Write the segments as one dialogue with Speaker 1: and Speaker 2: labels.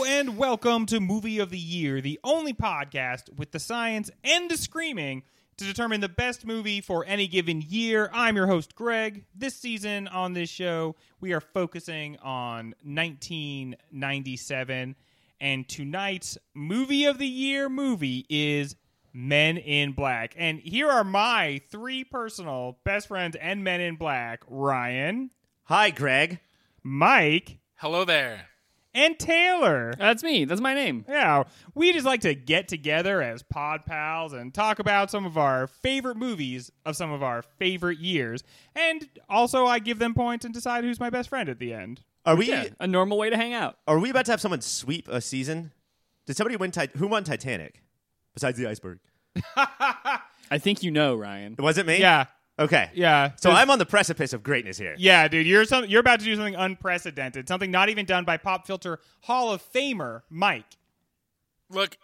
Speaker 1: Welcome to Movie of the Year, the only podcast with the science and the screaming to determine the best movie for any given year. I'm your host, Greg. This season on this show, we are focusing on 1997. And tonight's Movie of the Year movie is Men in Black. And here are my three personal best friends and Men in Black Ryan,
Speaker 2: Hi, Greg.
Speaker 1: Mike,
Speaker 3: Hello there.
Speaker 1: and Taylor.
Speaker 4: That's me. That's my name.
Speaker 1: Yeah, we just like to get together as pod pals and talk about some of our favorite movies of some of our favorite years. And also, I give them points and decide who's my best friend at the end.
Speaker 2: Are we
Speaker 4: Yeah, a normal way to hang out.
Speaker 2: are we about to have someone sweep a season? Did somebody win? Tit- who won Titanic? Besides the iceberg,
Speaker 4: I think you know, Ryan.
Speaker 2: it wasn't me.
Speaker 1: Yeah,
Speaker 2: Okay.
Speaker 1: yeah.
Speaker 2: So I'm on the precipice of greatness here.
Speaker 1: yeah, dude, you're some, you're about to do something unprecedented, something not even done by Pop Filter Hall of Famer Mike.
Speaker 3: Look,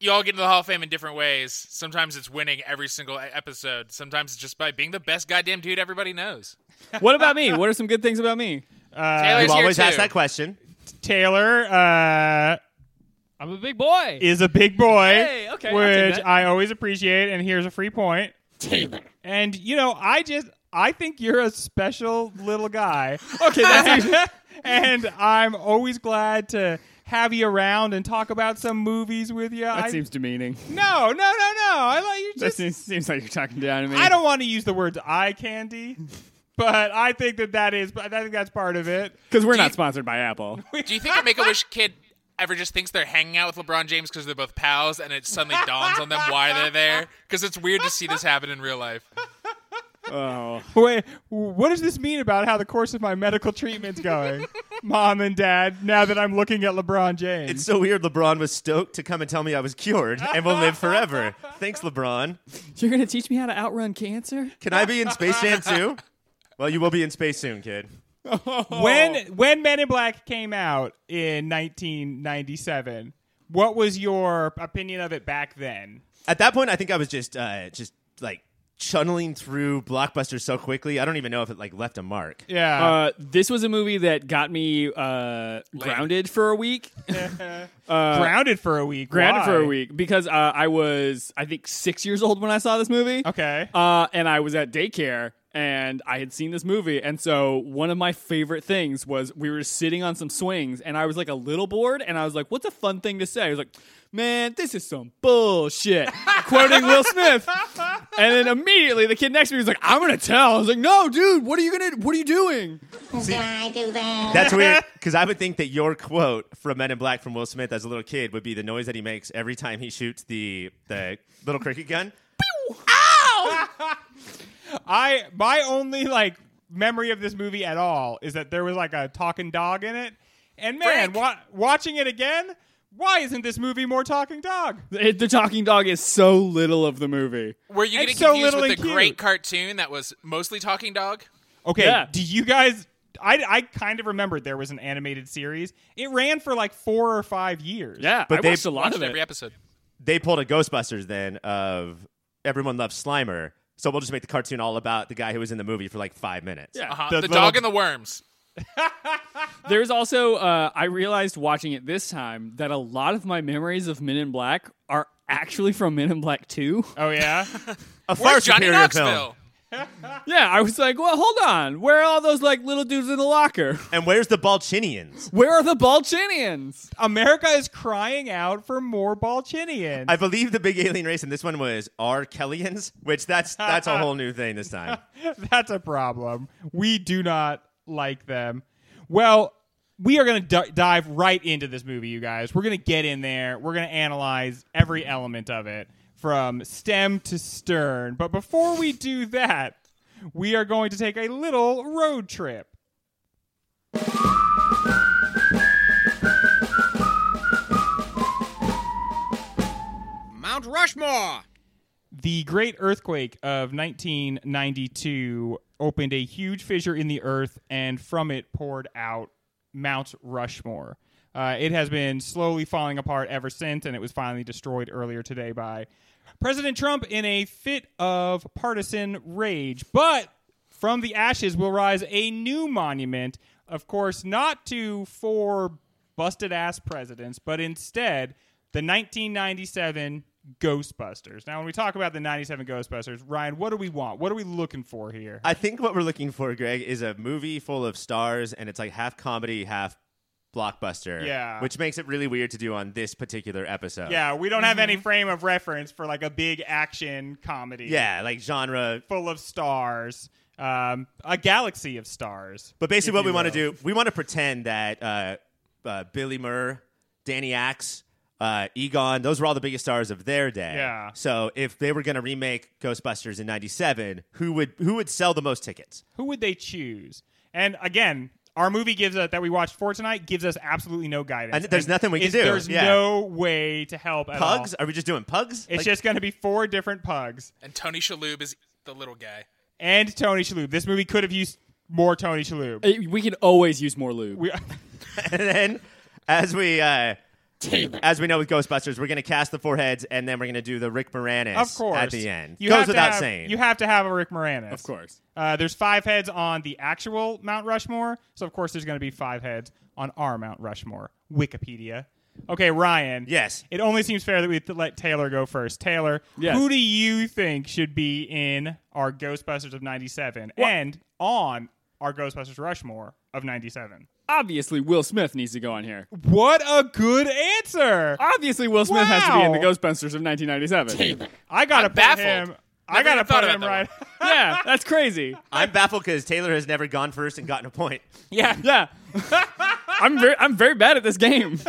Speaker 3: you all get into the Hall of Fame in different ways. Sometimes it's winning every single e- episode. Sometimes it's just by being the best goddamn dude everybody knows.
Speaker 4: what about me? What are some good things about me?
Speaker 3: Taylor's
Speaker 2: You've
Speaker 3: here
Speaker 2: always
Speaker 3: too.
Speaker 2: asked that question.
Speaker 1: Taylor uh,
Speaker 5: I'm a big boy.
Speaker 1: is a big boy,
Speaker 4: Hey, okay, I'll take
Speaker 1: which
Speaker 4: that.
Speaker 1: I always appreciate, and here's a free point.
Speaker 4: Taylor.
Speaker 1: And you know, I just I think you're a special little guy.
Speaker 4: Okay, that's
Speaker 1: and I'm always glad to have you around and talk about some movies with you.
Speaker 4: that
Speaker 1: I,
Speaker 4: seems demeaning.
Speaker 1: no, no, no, no. I like you
Speaker 4: That
Speaker 1: just.
Speaker 4: seems, seems like you're talking down to me.
Speaker 1: I don't want to use the words eye candy, but I think that that is. I think that's part of it.
Speaker 4: because we're
Speaker 3: Do you-
Speaker 4: not sponsored by Apple.
Speaker 3: Do you think a Make a Wish kid ever just thinks they're hanging out with LeBron James because they're both pals and it suddenly dawns on them why they're there? Because it's weird to see this happen in real life.
Speaker 4: Oh,
Speaker 1: Wait, what does this mean about how the course of my medical treatment's going, Mom and Dad? Now that I'm looking at LeBron James,
Speaker 2: It's so weird. LeBron was stoked to come and tell me I was cured and will live forever. Thanks, LeBron.
Speaker 4: you're gonna teach me how to outrun cancer?
Speaker 2: Can I be in Space Jam too? Well, you will be in space soon, kid.
Speaker 4: Oh.
Speaker 1: when when Men in Black came out in 1997, what was your opinion of it back then?
Speaker 2: At that point, I think I was just uh, just like chunneling through blockbusters so quickly. I don't even know if it like left a mark.
Speaker 1: Yeah.
Speaker 4: Uh, this was a movie that got me uh, grounded for a week.
Speaker 1: Uh, grounded for a week.
Speaker 4: grounded
Speaker 1: Why?
Speaker 4: for a week because uh, I was, I think, six years old when I saw this movie.
Speaker 1: Okay.
Speaker 4: Uh, and I was at daycare and I had seen this movie. And so one of my favorite things was we were sitting on some swings and I was like a little bored and I was like, what's a fun thing to say? I was like, man, this is some bullshit. Quoting Will Smith. And then immediately the kid next to me was like, I'm going to tell. I was like, no, dude, what are you going to, what are you doing?
Speaker 6: Can I do that?
Speaker 2: That's weird because I would think that your quote from Men in Black from Will Smith as a little kid would be the noise that he makes every time he shoots the the little cricket gun.
Speaker 1: I my only like memory of this movie at all is that there was like a talking dog in it. And man, wa- watching it again, why isn't this movie more talking dog?
Speaker 4: It, the talking dog is so little of the movie.
Speaker 3: Were you
Speaker 1: It's
Speaker 3: getting
Speaker 1: so
Speaker 3: confused
Speaker 1: little
Speaker 3: with the
Speaker 1: and cute.
Speaker 3: great cartoon that was mostly Talking Dog?
Speaker 1: Okay,
Speaker 4: Yeah.
Speaker 1: do you guys I, I kind of remembered there was an animated series. It ran for like four or five years.
Speaker 4: Yeah,
Speaker 2: But
Speaker 4: I
Speaker 2: they-
Speaker 4: watched a lot
Speaker 3: Watched
Speaker 4: of
Speaker 3: every
Speaker 4: it.
Speaker 3: episode.
Speaker 2: They pulled a Ghostbusters then of everyone loves Slimer, so we'll just make the cartoon all about the guy who was in the movie for like five minutes.
Speaker 4: Yeah.
Speaker 3: Uh-huh.
Speaker 1: The
Speaker 3: The,
Speaker 1: little-
Speaker 3: dog and the worms.
Speaker 4: There's also uh, I realized watching it this time that a lot of my memories of Men in Black are actually from Men in Black Two.
Speaker 1: Oh yeah.
Speaker 2: a far
Speaker 3: Where's Johnny
Speaker 2: superior film.
Speaker 3: Knoxville?
Speaker 4: yeah, I was like, well, hold on, where are all those like little dudes in the locker?
Speaker 2: And where's the Balchinians?
Speaker 4: Where are the Balchinians?
Speaker 1: America is crying out for more Balchinian.
Speaker 2: I believe the big alien race in this one was R. Kellyans, which that's that's a whole new thing this time.
Speaker 1: That's a problem. We do not like them. Well, we are going to d- dive right into this movie, you guys. We're going to get in there. We're going to analyze every element of it from stem to stern. But before we do that, we are going to take a little road trip.
Speaker 7: Mount Rushmore.
Speaker 1: The great earthquake of 1992 opened a huge fissure in the earth, and from it poured out Mount Rushmore. Uh, it has been slowly falling apart ever since, and it was finally destroyed earlier today by President Trump in a fit of partisan rage. But from the ashes will rise a new monument, of course, not to four busted ass presidents, but instead the 1997 Ghostbusters. Now, when we talk about the 97 Ghostbusters, Ryan, what do we want? What are we looking for here?
Speaker 2: I think what we're looking for, Greg, is a movie full of stars, and it's like half comedy, half blockbuster.
Speaker 1: Yeah.
Speaker 2: Which makes it really weird to do on this particular episode.
Speaker 1: yeah, we don't have any
Speaker 2: Mm-hmm.
Speaker 1: frame of reference for like a big action comedy.
Speaker 2: Yeah, like genre.
Speaker 1: Full of stars. Um, a galaxy of stars.
Speaker 2: But basically,
Speaker 1: if
Speaker 2: what we
Speaker 1: you
Speaker 2: want to
Speaker 1: will.
Speaker 2: do, we want to pretend that uh, uh, Billy Murr, Danny Axe, uh, Egon, those were all the biggest stars of their day.
Speaker 1: Yeah.
Speaker 2: So if they were going to remake Ghostbusters in '97, who would who would sell the most tickets?
Speaker 1: Who would they choose? And again, our movie gives us that we watched for tonight gives us absolutely no guidance.
Speaker 2: And there's nothing we can
Speaker 1: is-
Speaker 2: do,
Speaker 1: There's
Speaker 2: yeah.
Speaker 1: no way to help at all.
Speaker 2: Pugs? Are we just doing pugs?
Speaker 1: It's
Speaker 2: Like-
Speaker 1: just going to be four different pugs
Speaker 3: And Tony Shalhoub is the little guy.
Speaker 1: and Tony Shalhoub. This movie could have used more Tony Shalhoub.
Speaker 4: Uh, We can always use more lube.
Speaker 1: We,
Speaker 2: and then as we uh, as we know with Ghostbusters, we're gonna cast the foreheads, and then we're gonna do the Rick Moranis
Speaker 1: of course,
Speaker 2: at the end.
Speaker 1: you have
Speaker 2: Goes
Speaker 1: to
Speaker 2: without
Speaker 1: have-
Speaker 2: saying.
Speaker 1: You have to have a Rick Moranis,
Speaker 4: of course.
Speaker 1: Uh, there's five heads on the actual Mount Rushmore, so of course there's going to be five heads on our Mount Rushmore. Wikipedia. Okay, Ryan.
Speaker 2: Yes.
Speaker 1: It only seems fair that we th- let Taylor go first. Taylor,
Speaker 4: Yes.
Speaker 1: who do you think should be in our Ghostbusters of '97 and on our Ghostbusters Rushmore of '97?
Speaker 4: Obviously, Will Smith needs to go on here.
Speaker 1: What a good answer!
Speaker 4: Obviously, Will Smith has to be in the
Speaker 1: Wow.
Speaker 4: Ghostbusters of 1997.
Speaker 1: I gotta
Speaker 3: I'm
Speaker 1: put
Speaker 3: baffled.
Speaker 1: him. I
Speaker 3: Never
Speaker 1: gotta
Speaker 3: even thought
Speaker 1: put
Speaker 3: about
Speaker 1: him
Speaker 3: that
Speaker 1: right.
Speaker 4: yeah, that's crazy.
Speaker 2: I'm baffled because Taylor has never gone first and gotten a point.
Speaker 4: Yeah, yeah. I'm very, I'm very bad at this game.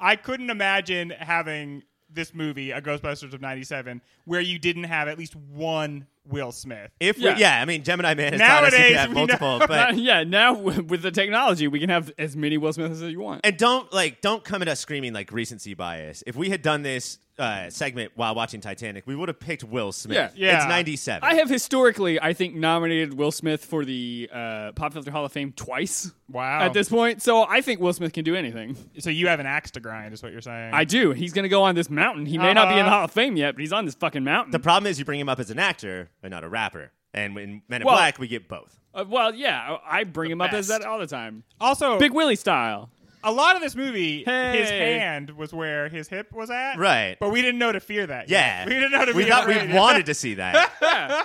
Speaker 1: I couldn't imagine having this movie, a Ghostbusters of '97, where you didn't have at least one Will Smith.
Speaker 2: If
Speaker 4: Yeah.
Speaker 2: we, yeah, I mean Gemini Man has taught us you can
Speaker 1: Nowadays,
Speaker 2: have
Speaker 1: we
Speaker 2: multiple,
Speaker 1: know-
Speaker 2: but
Speaker 4: Uh, yeah, now w- with the technology, we can have as many Will Smiths as you want.
Speaker 2: and don't like don't come at us screaming like recency bias. If we had done this uh, segment while watching Titanic, we would have picked Will Smith.
Speaker 4: Yeah.
Speaker 1: Yeah.
Speaker 2: it's '97.
Speaker 4: I have historically, I think, nominated Will Smith for the uh, Pop Filter Hall of Fame twice.
Speaker 1: Wow.
Speaker 4: At this point, so I think Will Smith can do anything.
Speaker 1: So you have an axe to grind, is what you're saying.
Speaker 4: I do. He's going to go on this mountain. He may not be in the
Speaker 1: Uh-huh.
Speaker 4: Hall of Fame yet, but he's on this fucking mountain.
Speaker 2: the problem is you bring him up as an actor and not a rapper. And in Men in
Speaker 4: Well-
Speaker 2: Black, we get both.
Speaker 4: Uh, well, yeah, I I bring him up as
Speaker 3: best.
Speaker 4: that all the time.
Speaker 1: also
Speaker 4: Big Willie style.
Speaker 1: a lot of this movie. His
Speaker 4: Hey.
Speaker 1: hand was where his hip was at,
Speaker 2: Right.
Speaker 1: But we didn't know to fear that.
Speaker 2: Yeah,
Speaker 1: yet. we didn't know to
Speaker 2: We
Speaker 1: fear
Speaker 2: thought
Speaker 1: that
Speaker 2: we
Speaker 1: yet.
Speaker 2: wanted to see that.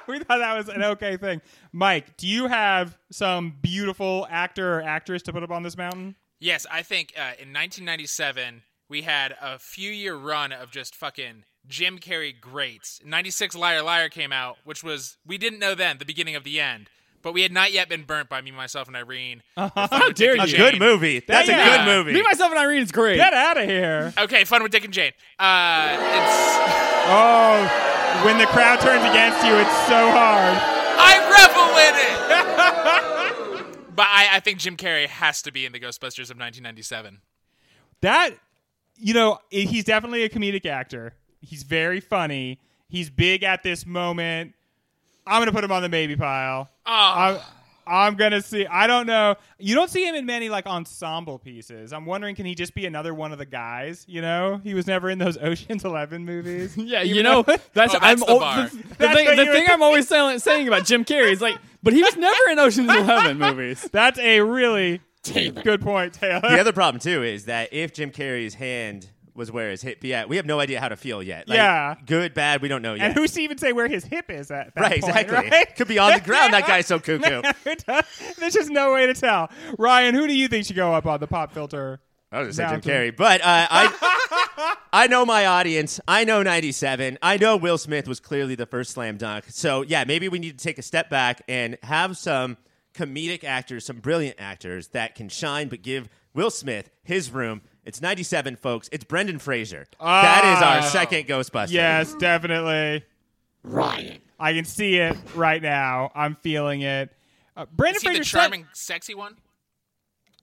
Speaker 1: we thought that was an okay thing. Mike, do you have some beautiful actor or actress to put up on this mountain?
Speaker 3: Yes, I think uh, in 1997 we had a few year run of just fucking Jim Carrey greats. In 96 Liar Liar came out, which was we didn't know then the beginning of the end, but we had not yet been burnt by me myself and Irene. How
Speaker 4: dare
Speaker 2: a
Speaker 4: you.
Speaker 2: good movie. That's
Speaker 1: Yeah.
Speaker 2: a good movie.
Speaker 4: Me, myself, and Irene is great.
Speaker 1: Get out of here!
Speaker 3: Okay, fun with Dick and Jane. Uh, it's,
Speaker 1: Oh, when the crowd turns against you, it's so hard.
Speaker 3: I revel in it. but I, I think Jim Carrey has to be in the Ghostbusters of 1997.
Speaker 1: That, you know, i he's definitely a comedic actor. He's very funny. He's big at this moment. I'm gonna put him on the maybe pile.
Speaker 2: Ah.
Speaker 1: I'm, I'm gonna see. I don't know. You don't see him in many like ensemble pieces. I'm wondering, can he just be another one of the guys? You know, he was never in those Ocean's Eleven movies.
Speaker 4: Yeah, you know, that's,
Speaker 3: that's
Speaker 4: I'm
Speaker 3: the
Speaker 4: al-
Speaker 3: bar.
Speaker 4: the, the
Speaker 1: That's
Speaker 4: thing,
Speaker 1: what
Speaker 4: the
Speaker 1: you
Speaker 4: thing
Speaker 1: were
Speaker 4: I'm always saying, saying about Jim Carrey is like, but he was never in Ocean's Eleven movies.
Speaker 1: That's a really good point, Taylor.
Speaker 2: the other problem too is that if Jim Carrey's hand was where his hip be at, we have no idea how to feel yet. Like,
Speaker 1: Yeah.
Speaker 2: good, bad, we don't know yet.
Speaker 1: And who's to even say where his hip is at that
Speaker 2: right?
Speaker 1: point,
Speaker 2: exactly.
Speaker 1: right?
Speaker 2: Could be on the ground. That guy's so cuckoo.
Speaker 1: There's just no way to tell. Ryan, who do you think should go up on the pop filter?
Speaker 2: I was gonna say Jim
Speaker 1: Mountain.
Speaker 2: Carrey, but uh, I, I know my audience. I know '97. I know Will Smith was clearly the first slam dunk. So yeah, maybe we need to take a step back and have some comedic actors, some brilliant actors that can shine, but give Will Smith his room. It's '97, folks. It's Brendan Fraser. that is our second Ghostbuster.
Speaker 1: Yes, definitely.
Speaker 7: Ryan.
Speaker 1: I can see it right now. I'm feeling it. Uh, Brandon
Speaker 3: Is he
Speaker 1: Fraser,
Speaker 3: the
Speaker 1: said-
Speaker 3: charming, sexy one?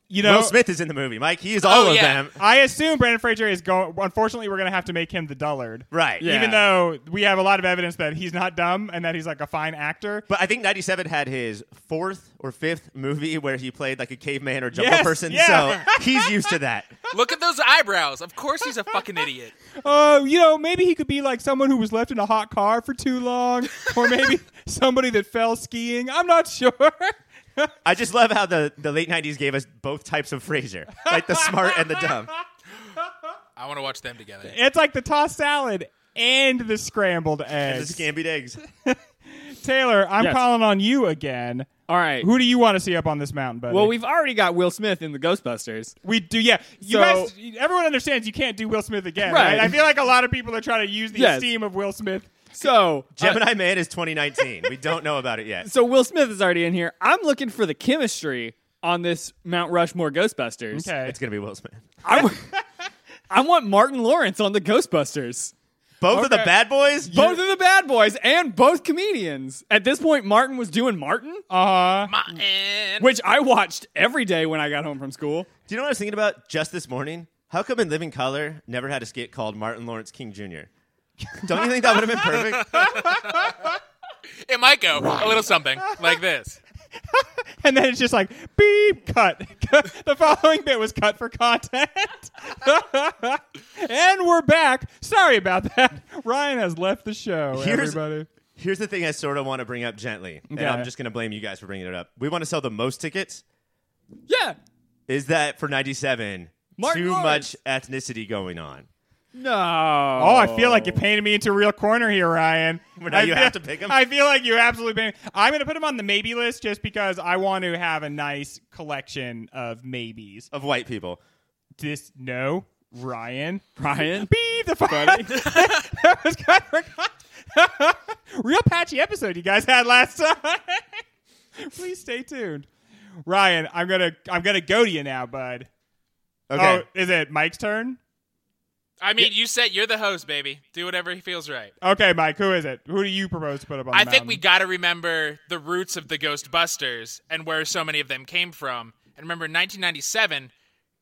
Speaker 1: you know,
Speaker 2: Will Smith is in the movie, Mike. He is all
Speaker 3: Oh,
Speaker 2: of
Speaker 3: yeah.
Speaker 2: them.
Speaker 1: I assume Brandon Fraser is going. Unfortunately, we're going to have to make him the dullard,
Speaker 2: Right.
Speaker 4: Yeah.
Speaker 1: Even though we have a lot of evidence that he's not dumb and that he's like a fine actor.
Speaker 2: But I think '97 had his fourth or fifth movie where he played like a caveman or jungle
Speaker 1: Yes,
Speaker 2: person.
Speaker 1: yeah.
Speaker 2: So he's used to that.
Speaker 3: Look at those eyebrows. Of course he's a fucking idiot.
Speaker 1: Oh, you know, maybe he could be like someone who was left in a hot car for too long, or maybe somebody that fell skiing. I'm not sure.
Speaker 2: I just love how the, the late '90s gave us both types of Frasier, like the smart and the dumb.
Speaker 3: I want to watch them together.
Speaker 1: It's like the tossed salad and the scrambled
Speaker 2: And the
Speaker 1: eggs.
Speaker 2: scambied eggs.
Speaker 4: Uh,
Speaker 1: Taylor, I'm
Speaker 4: Yes.
Speaker 1: calling on you again.
Speaker 4: All right.
Speaker 1: Who do you want to see up on this mountain, buddy?
Speaker 4: well, we've already got Will Smith in the Ghostbusters.
Speaker 1: we do, yeah. You
Speaker 4: So-
Speaker 1: guys, everyone understands you can't do Will Smith again, right?
Speaker 4: Right.
Speaker 1: I feel like a lot of people are trying to use the
Speaker 4: Yes.
Speaker 1: esteem of Will Smith.
Speaker 4: So uh,
Speaker 2: Gemini Man is 2019. We don't know about it yet.
Speaker 4: so Will Smith is already in here. I'm looking for the chemistry on this Mount Rushmore Ghostbusters.
Speaker 1: Okay,
Speaker 2: It's gonna be Will Smith.
Speaker 4: I, w- I want Martin Lawrence on the Ghostbusters.
Speaker 2: Both of the bad boys.
Speaker 4: Both of the bad boys and both comedians. At this point, Martin was doing Martin,
Speaker 1: uh huh.
Speaker 3: Martin.
Speaker 4: which I watched every day when I got home from school.
Speaker 2: Do you know what I was thinking about just this morning? How come in Living Color never had a skit called Martin Lawrence King Jr.? Don't you think that would have been perfect?
Speaker 3: It might go a little something like this.
Speaker 1: And then it's just like beep, cut. the following bit was cut for content. and we're back. Sorry about that. Ryan has left the show.
Speaker 2: Here's-
Speaker 1: everybody.
Speaker 2: Here's the thing I sort of want to bring up gently, and
Speaker 1: Okay.
Speaker 2: I'm just going to blame you guys for bringing it up. We want to sell the most tickets.
Speaker 4: Yeah.
Speaker 2: Is that for 97
Speaker 4: Martin
Speaker 2: too
Speaker 4: Lawrence.
Speaker 2: much ethnicity going on?
Speaker 4: No.
Speaker 1: Oh, I feel like you painted me into a real corner here, Ryan.
Speaker 2: Well, now
Speaker 1: I
Speaker 2: you
Speaker 1: feel-
Speaker 2: have to pick 'em.
Speaker 1: I feel like you absolutely painted. I'm going to put him on the maybe list just because I want to have a nice collection of maybes.
Speaker 2: Of white people.
Speaker 1: This no, Ryan.
Speaker 4: Brian.
Speaker 1: Beep the fuck. that was kind of real patchy episode you guys had last time. Please stay tuned, Ryan. I'm gonna I'm gonna go to you now, bud. Oh,
Speaker 2: Okay.
Speaker 1: is it Mike's turn?
Speaker 3: I mean, you said you're the host, baby. Do whatever feels right.
Speaker 1: Okay, Mike. Who is it? Who do you propose to put up on?
Speaker 3: I
Speaker 1: the
Speaker 3: think
Speaker 1: mountain?
Speaker 3: we got to remember the roots of the Ghostbusters and where so many of them came from. And remember, in 1997,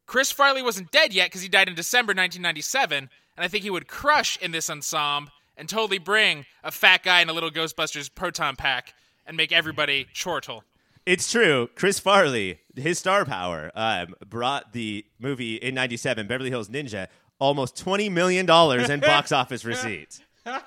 Speaker 3: Chris Farley wasn't dead yet because he died in December 1997. And I think he would crush in this ensemble and totally bring a fat guy and a little Ghostbusters proton pack and make everybody chortle.
Speaker 2: It's true. Chris Farley, his star power, um, brought the movie in '97, Beverly Hills Ninja, almost twenty million dollars in box office receipts.
Speaker 3: But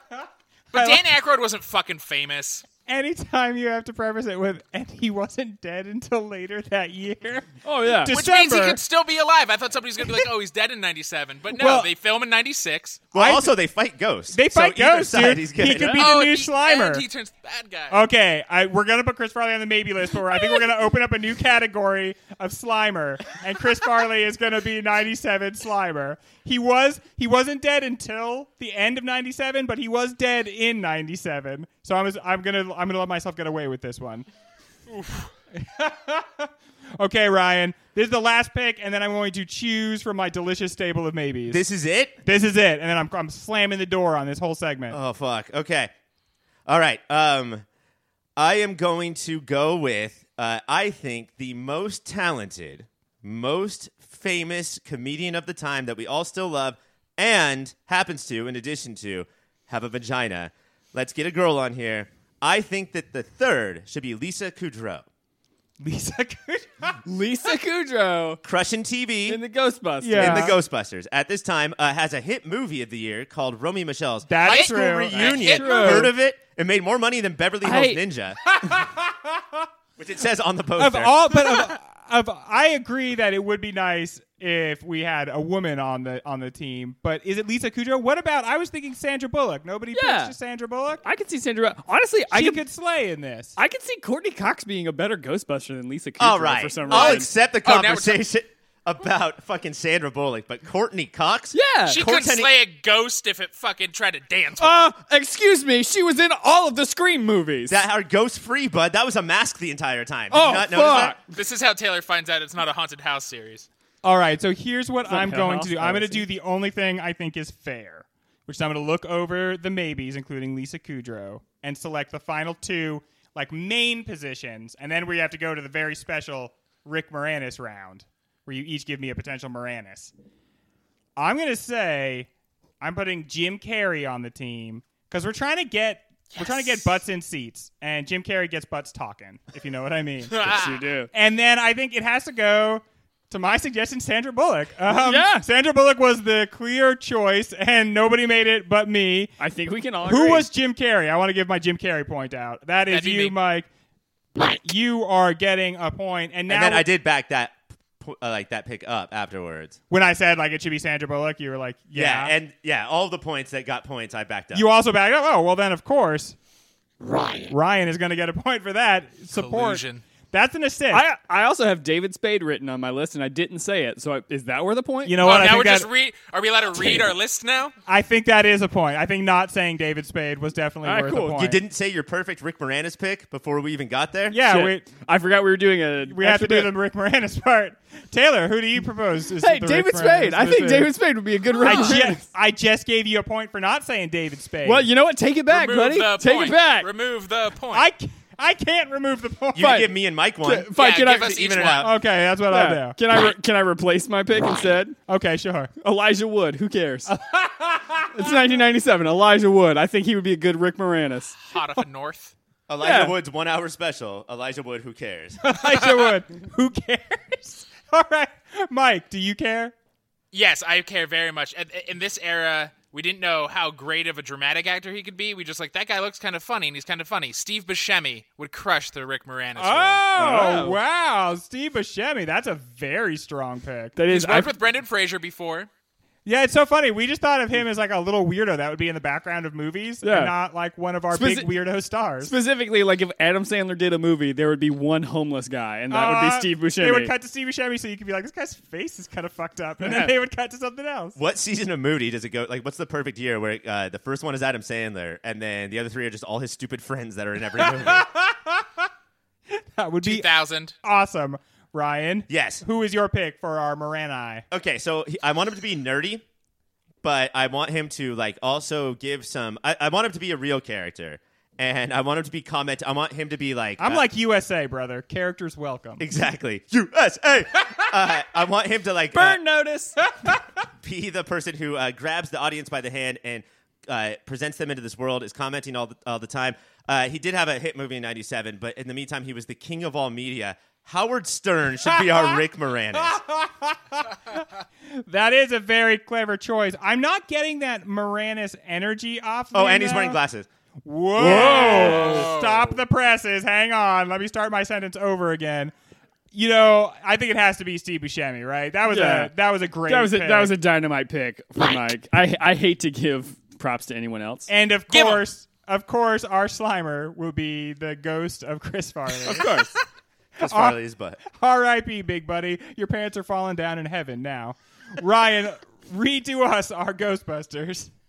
Speaker 3: Dan Aykroyd wasn't fucking famous.
Speaker 1: Anytime you have to preface it with, and he wasn't dead until later that year.
Speaker 4: Oh, yeah.
Speaker 1: Just-
Speaker 3: Which means he
Speaker 1: December.
Speaker 3: could still be alive. I thought somebody was going to be like, oh, he's dead in 97. But no,
Speaker 1: Well-
Speaker 3: they film in 96.
Speaker 2: Well,
Speaker 1: I-
Speaker 2: also they fight ghosts.
Speaker 1: They
Speaker 2: So
Speaker 1: fight
Speaker 2: either
Speaker 1: ghosts,
Speaker 2: side,
Speaker 1: dude.
Speaker 2: he's
Speaker 1: He Oh,
Speaker 2: good.
Speaker 1: could be
Speaker 3: oh,
Speaker 1: the new
Speaker 3: at
Speaker 1: Slimer.
Speaker 3: End, he turns bad guy.
Speaker 1: Okay, I, we're gonna put Chris Farley on the maybe list, but we're, I think we're gonna open up a new category of Slimer, and Chris Farley is gonna be '97 Slimer. He was he wasn't dead until the end of '97, but he was dead in '97. So I'm I'm gonna I'm gonna let myself get away with this one. okay, Ryan, this is the last pick, and then I'm going to choose from my delicious stable of maybes.
Speaker 2: This is it.
Speaker 1: This is it, and then I'm I'm slamming the door on this whole segment.
Speaker 2: Oh fuck. Okay. All right. Um, I am going to go with uh, I think the most talented, most famous comedian of the time that we all still love, and happens to, in addition to, have a vagina. Let's get a girl on here. I think that the third should be Lisa Kudrow,
Speaker 1: Lisa Kudrow.
Speaker 4: Lisa Kudrow
Speaker 2: crushing TV.
Speaker 4: in the Ghostbusters.
Speaker 1: Yeah.
Speaker 2: in the Ghostbusters, at this time, uh, has a hit movie of the year called Romy Michelle's
Speaker 1: That's
Speaker 2: High School
Speaker 1: true.
Speaker 2: Reunion.
Speaker 3: That's true.
Speaker 2: Heard of it? It made more money than Beverly Hills
Speaker 4: I-
Speaker 2: Ninja, which it says on the poster.
Speaker 1: of all but of, of I agree that it would be nice if we had a woman on the on the team. But is it Lisa Kudrow? What about I was thinking Sandra Bullock. Nobody
Speaker 4: Yeah.
Speaker 1: pitched to Sandra Bullock.
Speaker 4: I could see Sandra. Honestly, I
Speaker 1: she
Speaker 4: could,
Speaker 1: could, slay in this.
Speaker 4: I could see Courtney Cox being a better Ghostbuster than Lisa Kudrow
Speaker 2: all right,
Speaker 4: for some
Speaker 2: I'll
Speaker 4: reason.
Speaker 2: accept the
Speaker 3: Oh, now we're
Speaker 2: conversation about fucking Sandra Bullock, but Courtney Cox.
Speaker 4: Yeah.
Speaker 3: She
Speaker 2: Courtney-
Speaker 3: couldn't slay a ghost if it fucking tried to dance. with
Speaker 4: uh, excuse me. She was in all of the Scream movies.
Speaker 2: That our ghost free, bud. That was a mask the entire time. Did
Speaker 4: Oh,
Speaker 2: you not notice
Speaker 4: fuck.
Speaker 2: that?
Speaker 3: This is how Taylor finds out it's not a haunted house series.
Speaker 1: All right, so here's what I'm
Speaker 4: Hell
Speaker 1: going
Speaker 4: House
Speaker 1: to do. I'm going to
Speaker 4: policy.
Speaker 1: do the only thing I think is fair, which is I'm going to look over the maybes, including Lisa Kudrow, and select the final two like main positions, and then we have to go to the very special Rick Moranis round, where you each give me a potential Moranis. I'm going to say I'm putting Jim Carrey on the team because we're trying to get we're trying to get butts in seats, and Jim Carrey gets butts talking, if you know what I mean.
Speaker 4: yes, you do.
Speaker 1: And then I think it has to go to my suggestion, Sandra Bullock. Um,
Speaker 4: Yeah.
Speaker 1: Sandra Bullock was the clear choice, and nobody made it but me.
Speaker 4: I think we can all.
Speaker 1: Who
Speaker 4: agree.
Speaker 1: was Jim Carrey? I want to give my Jim Carrey point out. That is
Speaker 3: That'd be
Speaker 1: you,
Speaker 3: me.
Speaker 1: Mike. You are getting a point, and now
Speaker 2: And then I did back that p- uh, like that pick up afterwards.
Speaker 1: when I said like it should be Sandra Bullock, you were like, yeah.
Speaker 2: and yeah, all the points that got points, I backed up.
Speaker 1: you also backed up. Oh well, then of course, Ryan. Ryan is going to get a point for that support.
Speaker 3: Collusion.
Speaker 1: That's an assist.
Speaker 4: I I also have David Spade written on my list, and I didn't say it. So I, is that where the point?
Speaker 1: you know
Speaker 3: Oh,
Speaker 1: what? I
Speaker 3: now
Speaker 1: think
Speaker 3: we're
Speaker 1: that-
Speaker 3: just read. Are we allowed to read our list now?
Speaker 1: I think that is a point. I think not saying David Spade was definitely
Speaker 4: All right,
Speaker 1: worth
Speaker 4: cool.
Speaker 1: a
Speaker 4: You
Speaker 1: point.
Speaker 2: You didn't say your perfect Rick Moranis pick before we even got there.
Speaker 1: Yeah,
Speaker 4: Shit.
Speaker 1: we
Speaker 4: I forgot we were doing a.
Speaker 1: we have to
Speaker 4: extra
Speaker 1: do
Speaker 4: bit.
Speaker 1: the Rick Moranis part. Taylor, who do you propose? Is
Speaker 4: Hey,
Speaker 1: the
Speaker 4: David
Speaker 1: Rick
Speaker 4: Spade.
Speaker 1: Moranis
Speaker 4: I
Speaker 1: this
Speaker 4: think
Speaker 1: is?
Speaker 4: David Spade would be a good Rick
Speaker 1: I
Speaker 4: Moranis.
Speaker 1: just, I just gave you a point for not saying David Spade.
Speaker 4: Well, you know what? Take it back,
Speaker 3: Remove
Speaker 4: buddy.
Speaker 3: the
Speaker 4: Take
Speaker 3: point.
Speaker 4: it back.
Speaker 3: Remove the point.
Speaker 1: I, c- I can't remove the point.
Speaker 2: You can
Speaker 4: Fine.
Speaker 2: give me and Mike one.
Speaker 4: Fine, Oh,
Speaker 3: Yeah,
Speaker 4: can
Speaker 3: give
Speaker 4: I
Speaker 3: us each
Speaker 2: even it
Speaker 3: one.
Speaker 2: out.
Speaker 1: okay, that's what
Speaker 4: Yeah.
Speaker 1: I'll do.
Speaker 4: Can I re- can I replace my pick instead?
Speaker 1: Okay, sure.
Speaker 4: Elijah Wood. Who cares? it's 1997. Elijah Wood. I think he would be a good Rick Moranis.
Speaker 3: Hot off of North.
Speaker 2: Elijah
Speaker 4: Yeah.
Speaker 2: Wood's one hour special. Elijah Wood, who cares?
Speaker 1: Elijah Wood. Who cares? All right, Mike. Do you care?
Speaker 3: Yes, I care very much. At- In this era, we didn't know how great of a dramatic actor he could be. We just like that guy looks kind of funny, and he's kind of funny. Steve Buscemi would crush the Rick Moranis. role.
Speaker 1: Oh, wow, Steve Buscemi. That's a very strong pick.
Speaker 4: That is,
Speaker 3: He's worked
Speaker 4: I-
Speaker 3: with Brendan Fraser before.
Speaker 1: Yeah, it's so funny. We just thought of him as like a little weirdo that would be in the background of movies,
Speaker 4: Yeah.
Speaker 1: and not like one of our
Speaker 4: Speci-
Speaker 1: big weirdo stars.
Speaker 4: specifically like if Adam Sandler did a movie, there would be one homeless guy, and that would
Speaker 1: Uh,
Speaker 4: be Steve Buscemi.
Speaker 1: They would cut to Steve Buscemi, so you could be like, "This guy's face is kind of fucked up," and
Speaker 4: Yeah.
Speaker 1: then they would cut to something else.
Speaker 2: what season of Moody does it go? Like, what's the perfect year where uh, the first one is Adam Sandler, and then the other three are just all his stupid friends that are in every movie?
Speaker 1: That would be
Speaker 3: 2000.
Speaker 1: awesome, Ryan.
Speaker 2: yes.
Speaker 1: Who is your pick for our Morani?
Speaker 2: Okay, so he, I want him to be nerdy, but I want him to like also give some. I, I want him to be a real character, and I want him to be comment. I want him to be like
Speaker 1: I'm
Speaker 2: uh,
Speaker 1: like USA, brother. Characters welcome.
Speaker 2: exactly USA. uh, I want him to like uh,
Speaker 4: Burn notice.
Speaker 2: be the person who uh, grabs the audience by the hand and uh, presents them into this world, is commenting all the, all the time. Uh, he did have a hit movie in 97, but in the meantime, he was the king of all media. Howard Stern should be our Rick Moranis.
Speaker 1: That is a very clever choice. I'm not getting that Moranis energy off.
Speaker 2: Oh,
Speaker 1: me,
Speaker 2: and he's
Speaker 1: though.
Speaker 2: wearing glasses.
Speaker 1: Whoa. Stop the presses. Hang on. Let me start my sentence over again. You know, I think it has to be Steve Buscemi, right? That was
Speaker 4: Yeah.
Speaker 1: a that was a great.
Speaker 4: that was a,
Speaker 1: pick.
Speaker 4: that was a dynamite pick for Mike. I I hate to give props to anyone else.
Speaker 1: And of
Speaker 3: Give 'em.
Speaker 1: course, of course, our Slimer will be the ghost of Chris Farley.
Speaker 4: of course.
Speaker 2: Chris Farley's butt.
Speaker 1: R.I.P. Big Buddy. Your pants are falling down in heaven now. Ryan, read to us our Ghostbusters.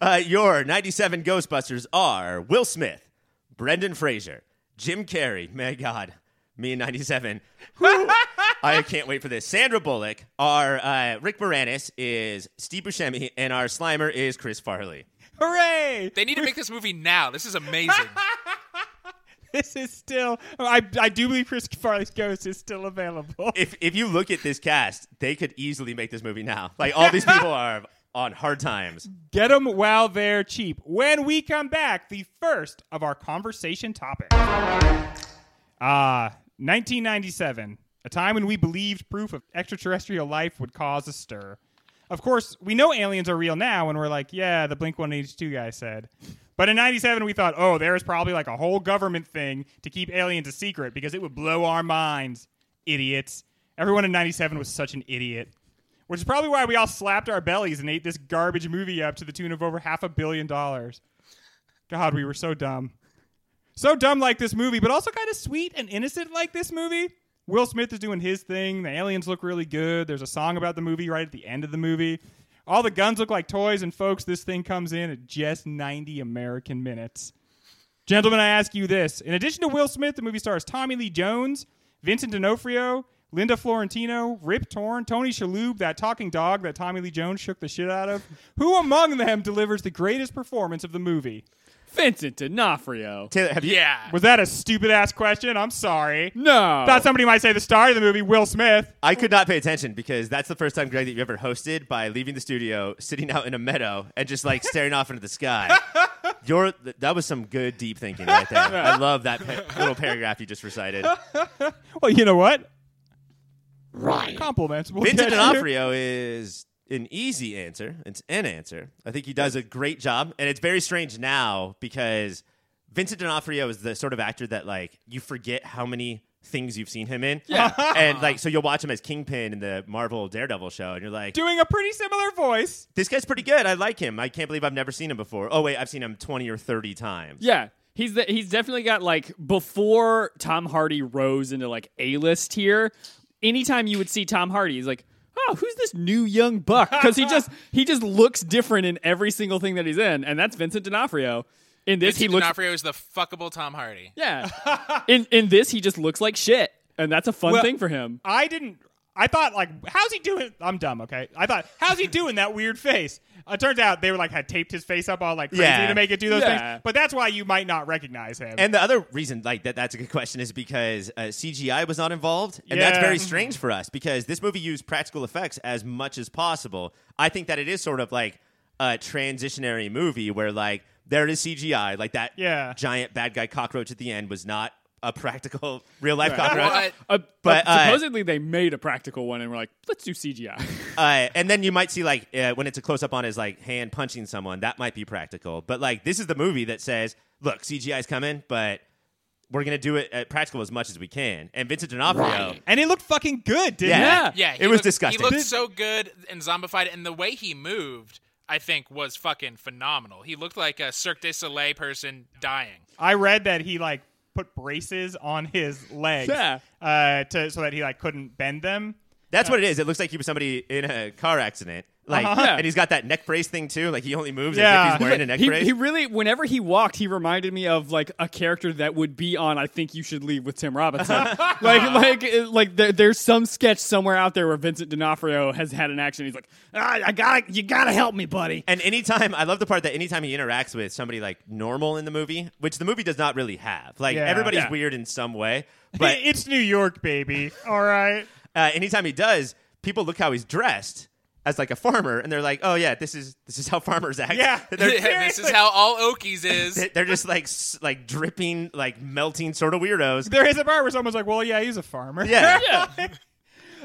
Speaker 2: Uh, your 97 Ghostbusters are Will Smith, Brendan Fraser, Jim Carrey, my God, me and 97. Whew. I can't wait for this. Sandra Bullock, our uh, Rick Moranis is Steve Buscemi, and our Slimer is Chris Farley.
Speaker 1: Hooray!
Speaker 3: They need to make this movie now. This is amazing.
Speaker 1: This is still. I, I do believe Chris Farley's ghost is still available.
Speaker 2: If, if you look at this cast, they could easily make this movie now. Like, all these people are on hard times.
Speaker 1: Get them while they're cheap. When we come back, the first of our conversation topics. Ah, 1997, a time when we believed proof of extraterrestrial life would cause a stir. Of course, we know aliens are real now, and we're like, yeah, the Blink 182 guy said. But in 97, we thought, oh, there's probably like a whole government thing to keep aliens a secret because it would blow our minds. Idiots. Everyone in 97 was such an idiot. Which is probably why we all slapped our bellies and ate this garbage movie up to the tune of over half a billion dollars. God, we were so dumb. So dumb like this movie, but also kind of sweet and innocent like this movie. Will Smith is doing his thing. The aliens look really good. There's a song about the movie right at the end of the movie. All the guns look like toys, and folks, this thing comes in at just 90 American minutes. Gentlemen, I ask you this. In addition to Will Smith, the movie stars Tommy Lee Jones, Vincent D'Onofrio, Linda Florentino, Rip Torn, Tony Shalhoub, that talking dog that Tommy Lee Jones shook the shit out of. Who among them delivers the greatest performance of the movie?
Speaker 4: Vincent D'Onofrio.
Speaker 2: Taylor, have you,
Speaker 3: yeah.
Speaker 1: Was that a stupid ass question? I'm sorry.
Speaker 4: No.
Speaker 1: Thought somebody might say the star of the movie, Will Smith.
Speaker 2: I could not pay attention because that's the first time, Greg, that you ever hosted by leaving the studio, sitting out in a meadow, and just like staring off into the sky. Your th- that was some good deep thinking right there. I love that pa- little paragraph you just recited.
Speaker 1: Well, you know what? Right. Compliments. We'll get
Speaker 2: Vincent
Speaker 1: you.
Speaker 2: D'Onofrio is an easy answer. It's an answer. I think he does a great job, and it's very strange now because Vincent D'Onofrio is the sort of actor that like you forget how many things you've seen him in.
Speaker 4: Yeah.
Speaker 2: and like so you'll watch him as Kingpin in the Marvel Daredevil show and you're like,
Speaker 1: Doing a pretty similar voice.
Speaker 2: this guy's pretty good. I like him. I can't believe I've never seen him before. Oh wait, I've seen him 20 or 30 times.
Speaker 4: Yeah. He's the, he's definitely got like before Tom Hardy rose into like A list here. Anytime you would see Tom Hardy, he's like, oh, who's this new young buck? Because he just he just looks different in every single thing that he's in, and that's Vincent D'Onofrio. In this, he
Speaker 3: Vincent
Speaker 4: looks
Speaker 3: D'Onofrio is the fuckable Tom Hardy.
Speaker 4: yeah. in in this, he just looks like shit, and that's a fun
Speaker 1: Well-
Speaker 4: thing for him.
Speaker 1: I didn't. I thought like, how's he doing? I'm dumb. Okay, I thought, how's he doing that weird face? Uh, It turns out they were like had taped his face up all like crazy
Speaker 2: Yeah.
Speaker 1: to make it do those
Speaker 4: Yeah.
Speaker 1: things. But that's why you might not recognize him.
Speaker 2: And the other reason, like that, that's a good question, is because uh, CGI was not involved, and that's
Speaker 1: Yeah.
Speaker 2: very strange for us because this movie used practical effects as much as possible. I think that it is sort of like a transitionary movie where, like, there is CGI, like that
Speaker 1: Yeah.
Speaker 2: giant bad guy cockroach at the end was not a practical real life cockroach.
Speaker 3: What?
Speaker 4: Uh,
Speaker 2: But, uh,
Speaker 4: supposedly they made a practical one, and we're like, let's do CGI.
Speaker 2: Uh, and then you might see like uh, when it's a close up on his like hand punching someone, that might be practical. But like this is the movie that says, look, CGI's coming, but we're gonna do it uh, practical as much as we can. And Vincent D'Onofrio.
Speaker 1: And he looked fucking good, didn't
Speaker 2: Yeah.
Speaker 1: he?
Speaker 3: Yeah, he
Speaker 2: It was
Speaker 3: looked-
Speaker 2: disgusting.
Speaker 3: He looked so good and zombified, and the way he moved, I think, was fucking phenomenal. He looked like a Cirque du Soleil person dying.
Speaker 1: I read that he like put braces on his legs,
Speaker 4: Yeah.
Speaker 1: uh, to so that he like couldn't bend them.
Speaker 2: That's what it is. It looks like he was somebody in a car accident. Like,
Speaker 4: Uh-huh. Yeah.
Speaker 2: and he's got that neck brace thing too. Like he only moves as
Speaker 1: Yeah.
Speaker 2: if he's wearing a neck
Speaker 4: he,
Speaker 2: brace.
Speaker 4: he really, whenever he walked, he reminded me of like a character that would be on I Think You Should Leave with Tim Robinson. like, like, uh, like there, there's some sketch somewhere out there where Vincent D'Onofrio has had an action. He's like, ah, I gotta, you gotta help me, buddy.
Speaker 2: and anytime, I love the part that anytime he interacts with somebody like normal in the movie, which the movie does not really have. Like
Speaker 1: Yeah.
Speaker 2: everybody's
Speaker 4: Yeah.
Speaker 2: weird in some way, but
Speaker 1: it's New York, baby. All right.
Speaker 2: uh, anytime he does, people look how he's dressed as like a farmer, and they're like, "Oh yeah, this is this is how farmers act."
Speaker 1: Yeah.
Speaker 2: they're,
Speaker 3: this is how all Okies is.
Speaker 2: they're just like s- like dripping, like melting sort of weirdos.
Speaker 1: There is a part where someone's like, "Well, yeah, he's a farmer."
Speaker 2: Yeah.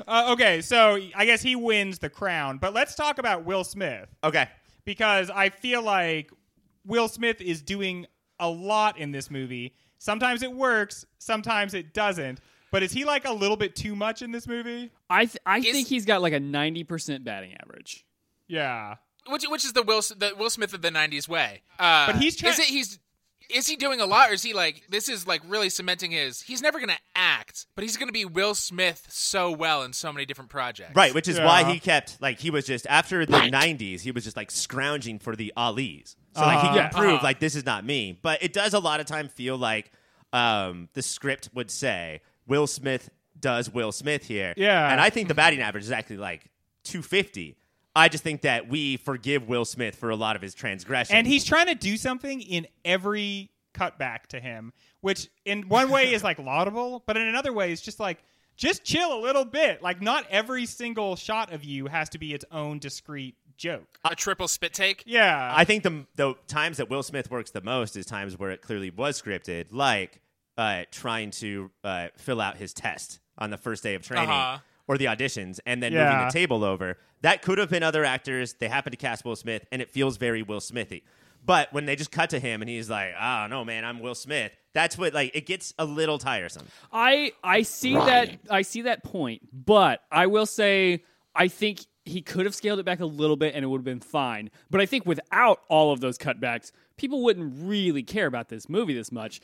Speaker 1: Uh, okay, so I guess he wins the crown, but let's talk about Will Smith.
Speaker 2: Okay,
Speaker 1: because I feel like Will Smith is doing a lot in this movie. Sometimes it works, sometimes it doesn't. But is he like a little bit too much in this movie?
Speaker 4: I, th- I
Speaker 3: Is-
Speaker 4: think he's got like a ninety percent batting average.
Speaker 1: Yeah.
Speaker 3: which which is the Will the Will Smith of the '90s way. Uh,
Speaker 1: But he's try-
Speaker 3: is it he's is he doing a lot or is he like this is like really cementing his he's never gonna act but he's gonna be Will Smith so well in so many different projects
Speaker 2: right, which is
Speaker 1: Yeah.
Speaker 2: why he kept like he was just after the '90s, he was just like scrounging for the Ali's. So like he could
Speaker 4: Uh-huh.
Speaker 2: prove like this is not me, but it does a lot of time feel like um, the script would say Will Smith does Will Smith here.
Speaker 1: Yeah.
Speaker 2: and I think the batting average is actually like 250. I just think that we forgive Will Smith for a lot of his transgressions.
Speaker 1: And he's trying to do something in every cutback to him, which in one way is like laudable, but in another way is just like just chill a little bit. Like not every single shot of you has to be its own discrete joke.
Speaker 3: a triple spit take
Speaker 1: Yeah.
Speaker 2: I think the the times that Will Smith works the most is times where it clearly was scripted, like uh, trying to uh, fill out his test on the first day of training
Speaker 3: Uh-huh.
Speaker 2: or the auditions, and then moving
Speaker 1: Yeah.
Speaker 2: the table over. That could have been other actors. They happened to cast Will Smith, and it feels very Will Smithy. But when they just cut to him and he's like, "I don't know, man, I'm Will Smith." That's what like it gets a little tiresome.
Speaker 4: I I see that I see that point, but I will say I think he could have scaled it back a little bit and it would have been fine. But I think without all of those cutbacks, people wouldn't really care about this movie this much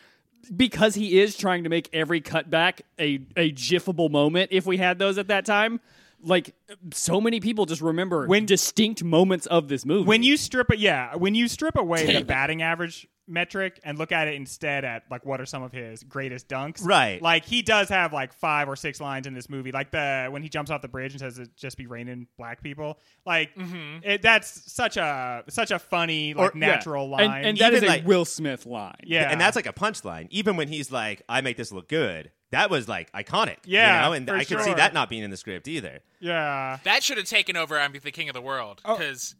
Speaker 4: because he is trying to make every cutback a a gifable moment if we had those at that time. Like so many people just remember
Speaker 1: When-
Speaker 4: distinct moments of this movie.
Speaker 1: when you strip it yeah when you strip away the batting average metric and look at it instead at like what are some of his greatest dunks
Speaker 2: Right.
Speaker 1: like he does have like five or six lines in this movie like the when he jumps off the bridge and says it just be raining black people like it, that's such a such a funny like
Speaker 2: Or-
Speaker 4: Yeah.
Speaker 1: natural
Speaker 4: And-
Speaker 1: line
Speaker 4: and, that is
Speaker 2: Even
Speaker 4: a
Speaker 2: like-
Speaker 4: Will Smith line.
Speaker 1: yeah
Speaker 2: And that's like a punchline. Even when he's like, I make this look good, that was like iconic.
Speaker 1: Yeah,
Speaker 2: You know? And
Speaker 1: for
Speaker 2: I could see
Speaker 1: sure.
Speaker 2: that not being in the script either.
Speaker 1: yeah
Speaker 3: that should have taken over I'm the king of the world
Speaker 1: Oh.
Speaker 3: because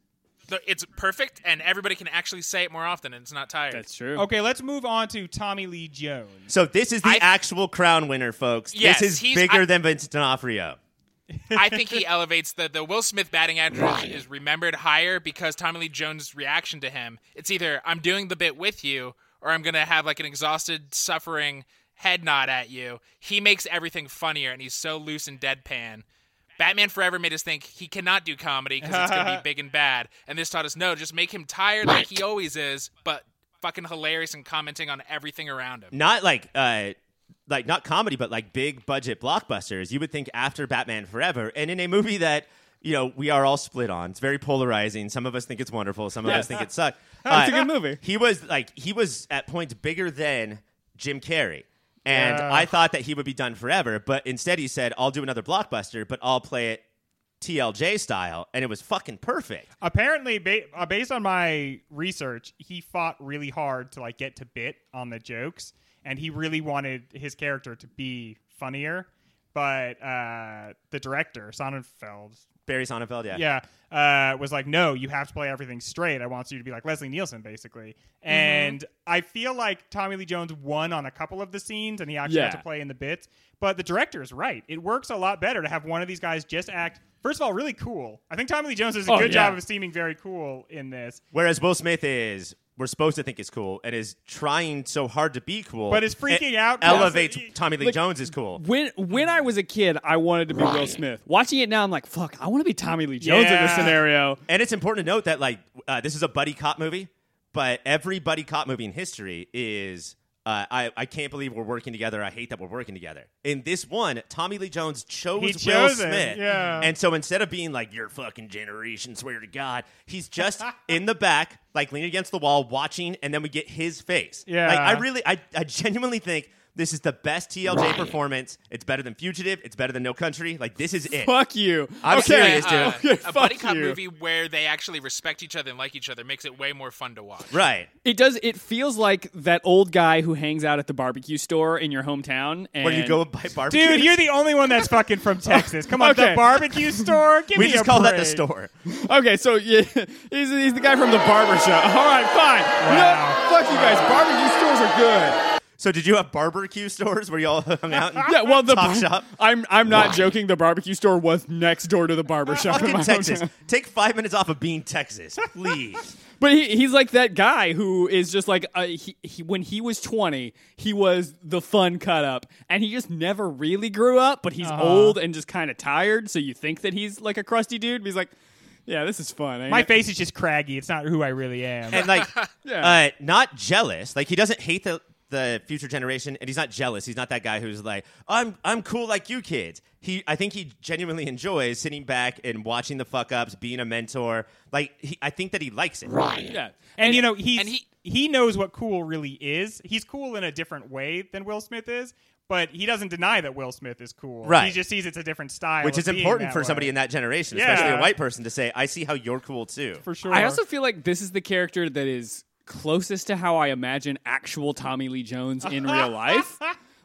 Speaker 3: it's perfect and everybody can actually say it more often and it's not tired
Speaker 4: that's true.
Speaker 1: okay let's move on to tommy lee jones
Speaker 2: So this is the
Speaker 3: I-
Speaker 2: actual crown winner, folks.
Speaker 3: Yes,
Speaker 2: this is
Speaker 3: he's-
Speaker 2: bigger
Speaker 3: I-
Speaker 2: than Vincent D'Onofrio.
Speaker 3: I think he elevates the the Will Smith batting average is remembered higher because Tommy Lee Jones' reaction to him. It's either I'm doing the bit with you or I'm going to have like an exhausted, suffering head nod at you. He makes everything funnier, and he's so loose and deadpan. Batman Forever made us think he cannot do comedy because it's going to be big and bad. And this taught us no, just make him tired like he always is, but fucking hilarious and commenting on everything around him.
Speaker 2: Not like uh like not comedy, but like big budget blockbusters. You would think after Batman Forever, and in a movie that you know we are all split on. It's very polarizing. Some of us think it's wonderful. Some of us think it sucked.
Speaker 4: It's a good movie.
Speaker 2: He was like he was at points bigger than Jim Carrey. And I thought that he would be done forever, but instead he said, "I'll do another blockbuster, but I'll play it TLJ style," and it was fucking perfect.
Speaker 1: Apparently, ba- uh, based on my research, he fought really hard to like get to bit on the jokes, and he really wanted his character to be funnier. But uh, the director Sonnenfeld,
Speaker 2: Barry Sonnenfeld, yeah,
Speaker 1: yeah, uh, was like, "No, you have to play everything straight. I want you to be like Leslie Nielsen, basically."
Speaker 2: Mm-hmm.
Speaker 1: And I feel like Tommy Lee Jones won on a couple of the scenes, and he actually had
Speaker 4: Yeah.
Speaker 1: to play in the bits. But the director is right; it works a lot better to have one of these guys just act. First of all, really cool. I think Tommy Lee Jones does a
Speaker 4: Oh,
Speaker 1: good
Speaker 4: yeah.
Speaker 1: job of seeming very cool in this,
Speaker 2: Whereas Will Smith is, we're supposed to think is cool, and is trying so hard to be cool,
Speaker 1: But is freaking
Speaker 2: It
Speaker 1: out.
Speaker 2: Elevates
Speaker 1: Yeah.
Speaker 2: Tommy Lee
Speaker 4: Like-
Speaker 2: Jones is cool.
Speaker 4: When when I was a kid, I wanted to be Will Smith. Watching it now, I'm like, fuck, I want to be Tommy Lee Jones in this
Speaker 1: Yeah.
Speaker 4: scenario.
Speaker 2: And it's important to note that like uh, this is a buddy cop movie, but every buddy cop movie in history is uh, I I can't believe we're working together. I hate that we're working together. In this one, Tommy Lee Jones chose,
Speaker 1: He
Speaker 2: Will
Speaker 1: chose him,
Speaker 2: Smith,
Speaker 1: yeah.
Speaker 2: And so instead of being like your fucking generation, swear to God, he's just in the back, like leaning against the wall, watching, and then we get his face.
Speaker 1: Yeah.
Speaker 2: like I really, I I genuinely think. This is the best TLJ performance. It's better than Fugitive. It's better than No Country. Like this is it.
Speaker 4: Fuck you.
Speaker 2: I'm serious, dude.
Speaker 3: Uh,
Speaker 4: Okay,
Speaker 3: a buddy
Speaker 4: fuck
Speaker 3: cop
Speaker 4: you.
Speaker 3: movie where they actually respect each other and like each other makes it way more fun to watch.
Speaker 2: Right.
Speaker 4: It does. It feels like that old guy who hangs out at the barbecue store in your hometown. And
Speaker 2: Where you go buy barbecue.
Speaker 1: dude. You're the only one that's fucking from Texas. Come on, the
Speaker 4: Okay.
Speaker 1: barbecue store. Give
Speaker 2: Oh. we
Speaker 1: me
Speaker 2: just
Speaker 1: a
Speaker 2: call that the
Speaker 1: break.
Speaker 2: store.
Speaker 4: Okay, so yeah, he's, he's the guy from the barber shop. All right, fine. You know
Speaker 1: Wow.
Speaker 4: what? fuck you guys. Barbecue stores are good.
Speaker 2: So did you have barbecue stores where y'all hung out? and-
Speaker 4: Yeah, well, the
Speaker 2: Talk
Speaker 4: bar-
Speaker 2: shop.
Speaker 4: I'm I'm not joking. The barbecue store was next door to the barber shop. in
Speaker 2: Fucking
Speaker 4: my
Speaker 2: Texas.
Speaker 4: hometown.
Speaker 2: Take five minutes off of being Texas, please.
Speaker 4: But he, he's like that guy who is just like uh, he, he when he was 20, he was the fun cut up and he just never really grew up, but he's old and just kind of tired, so you think that he's like a crusty dude, but he's like yeah, this is fun. ain't
Speaker 1: My
Speaker 4: it?"
Speaker 1: face is just craggy. It's not who I really am.
Speaker 2: and like,
Speaker 4: Yeah.
Speaker 2: uh, not jealous. Like he doesn't hate the the future generation, and he's not jealous. He's not that guy who's like, I'm I'm cool like you kids. He, I think he genuinely enjoys sitting back and watching the fuck ups, being a mentor. Like, he, I think that he likes it. Right.
Speaker 4: Yeah.
Speaker 1: and, you know he's,
Speaker 3: and
Speaker 1: he
Speaker 3: he-
Speaker 1: he knows what cool really is. He's cool in a different way than Will Smith is, but he doesn't deny that Will Smith is cool.
Speaker 2: Right.
Speaker 1: He just sees it's a different style, of
Speaker 2: Which is
Speaker 1: being
Speaker 2: important
Speaker 1: that
Speaker 2: for
Speaker 1: way.
Speaker 2: somebody in that generation,
Speaker 1: Yeah.
Speaker 2: especially a white person, to say, I see how you're cool too.
Speaker 1: for sure.
Speaker 4: I also feel like this is the character that is closest to how I imagine actual Tommy Lee Jones in real life.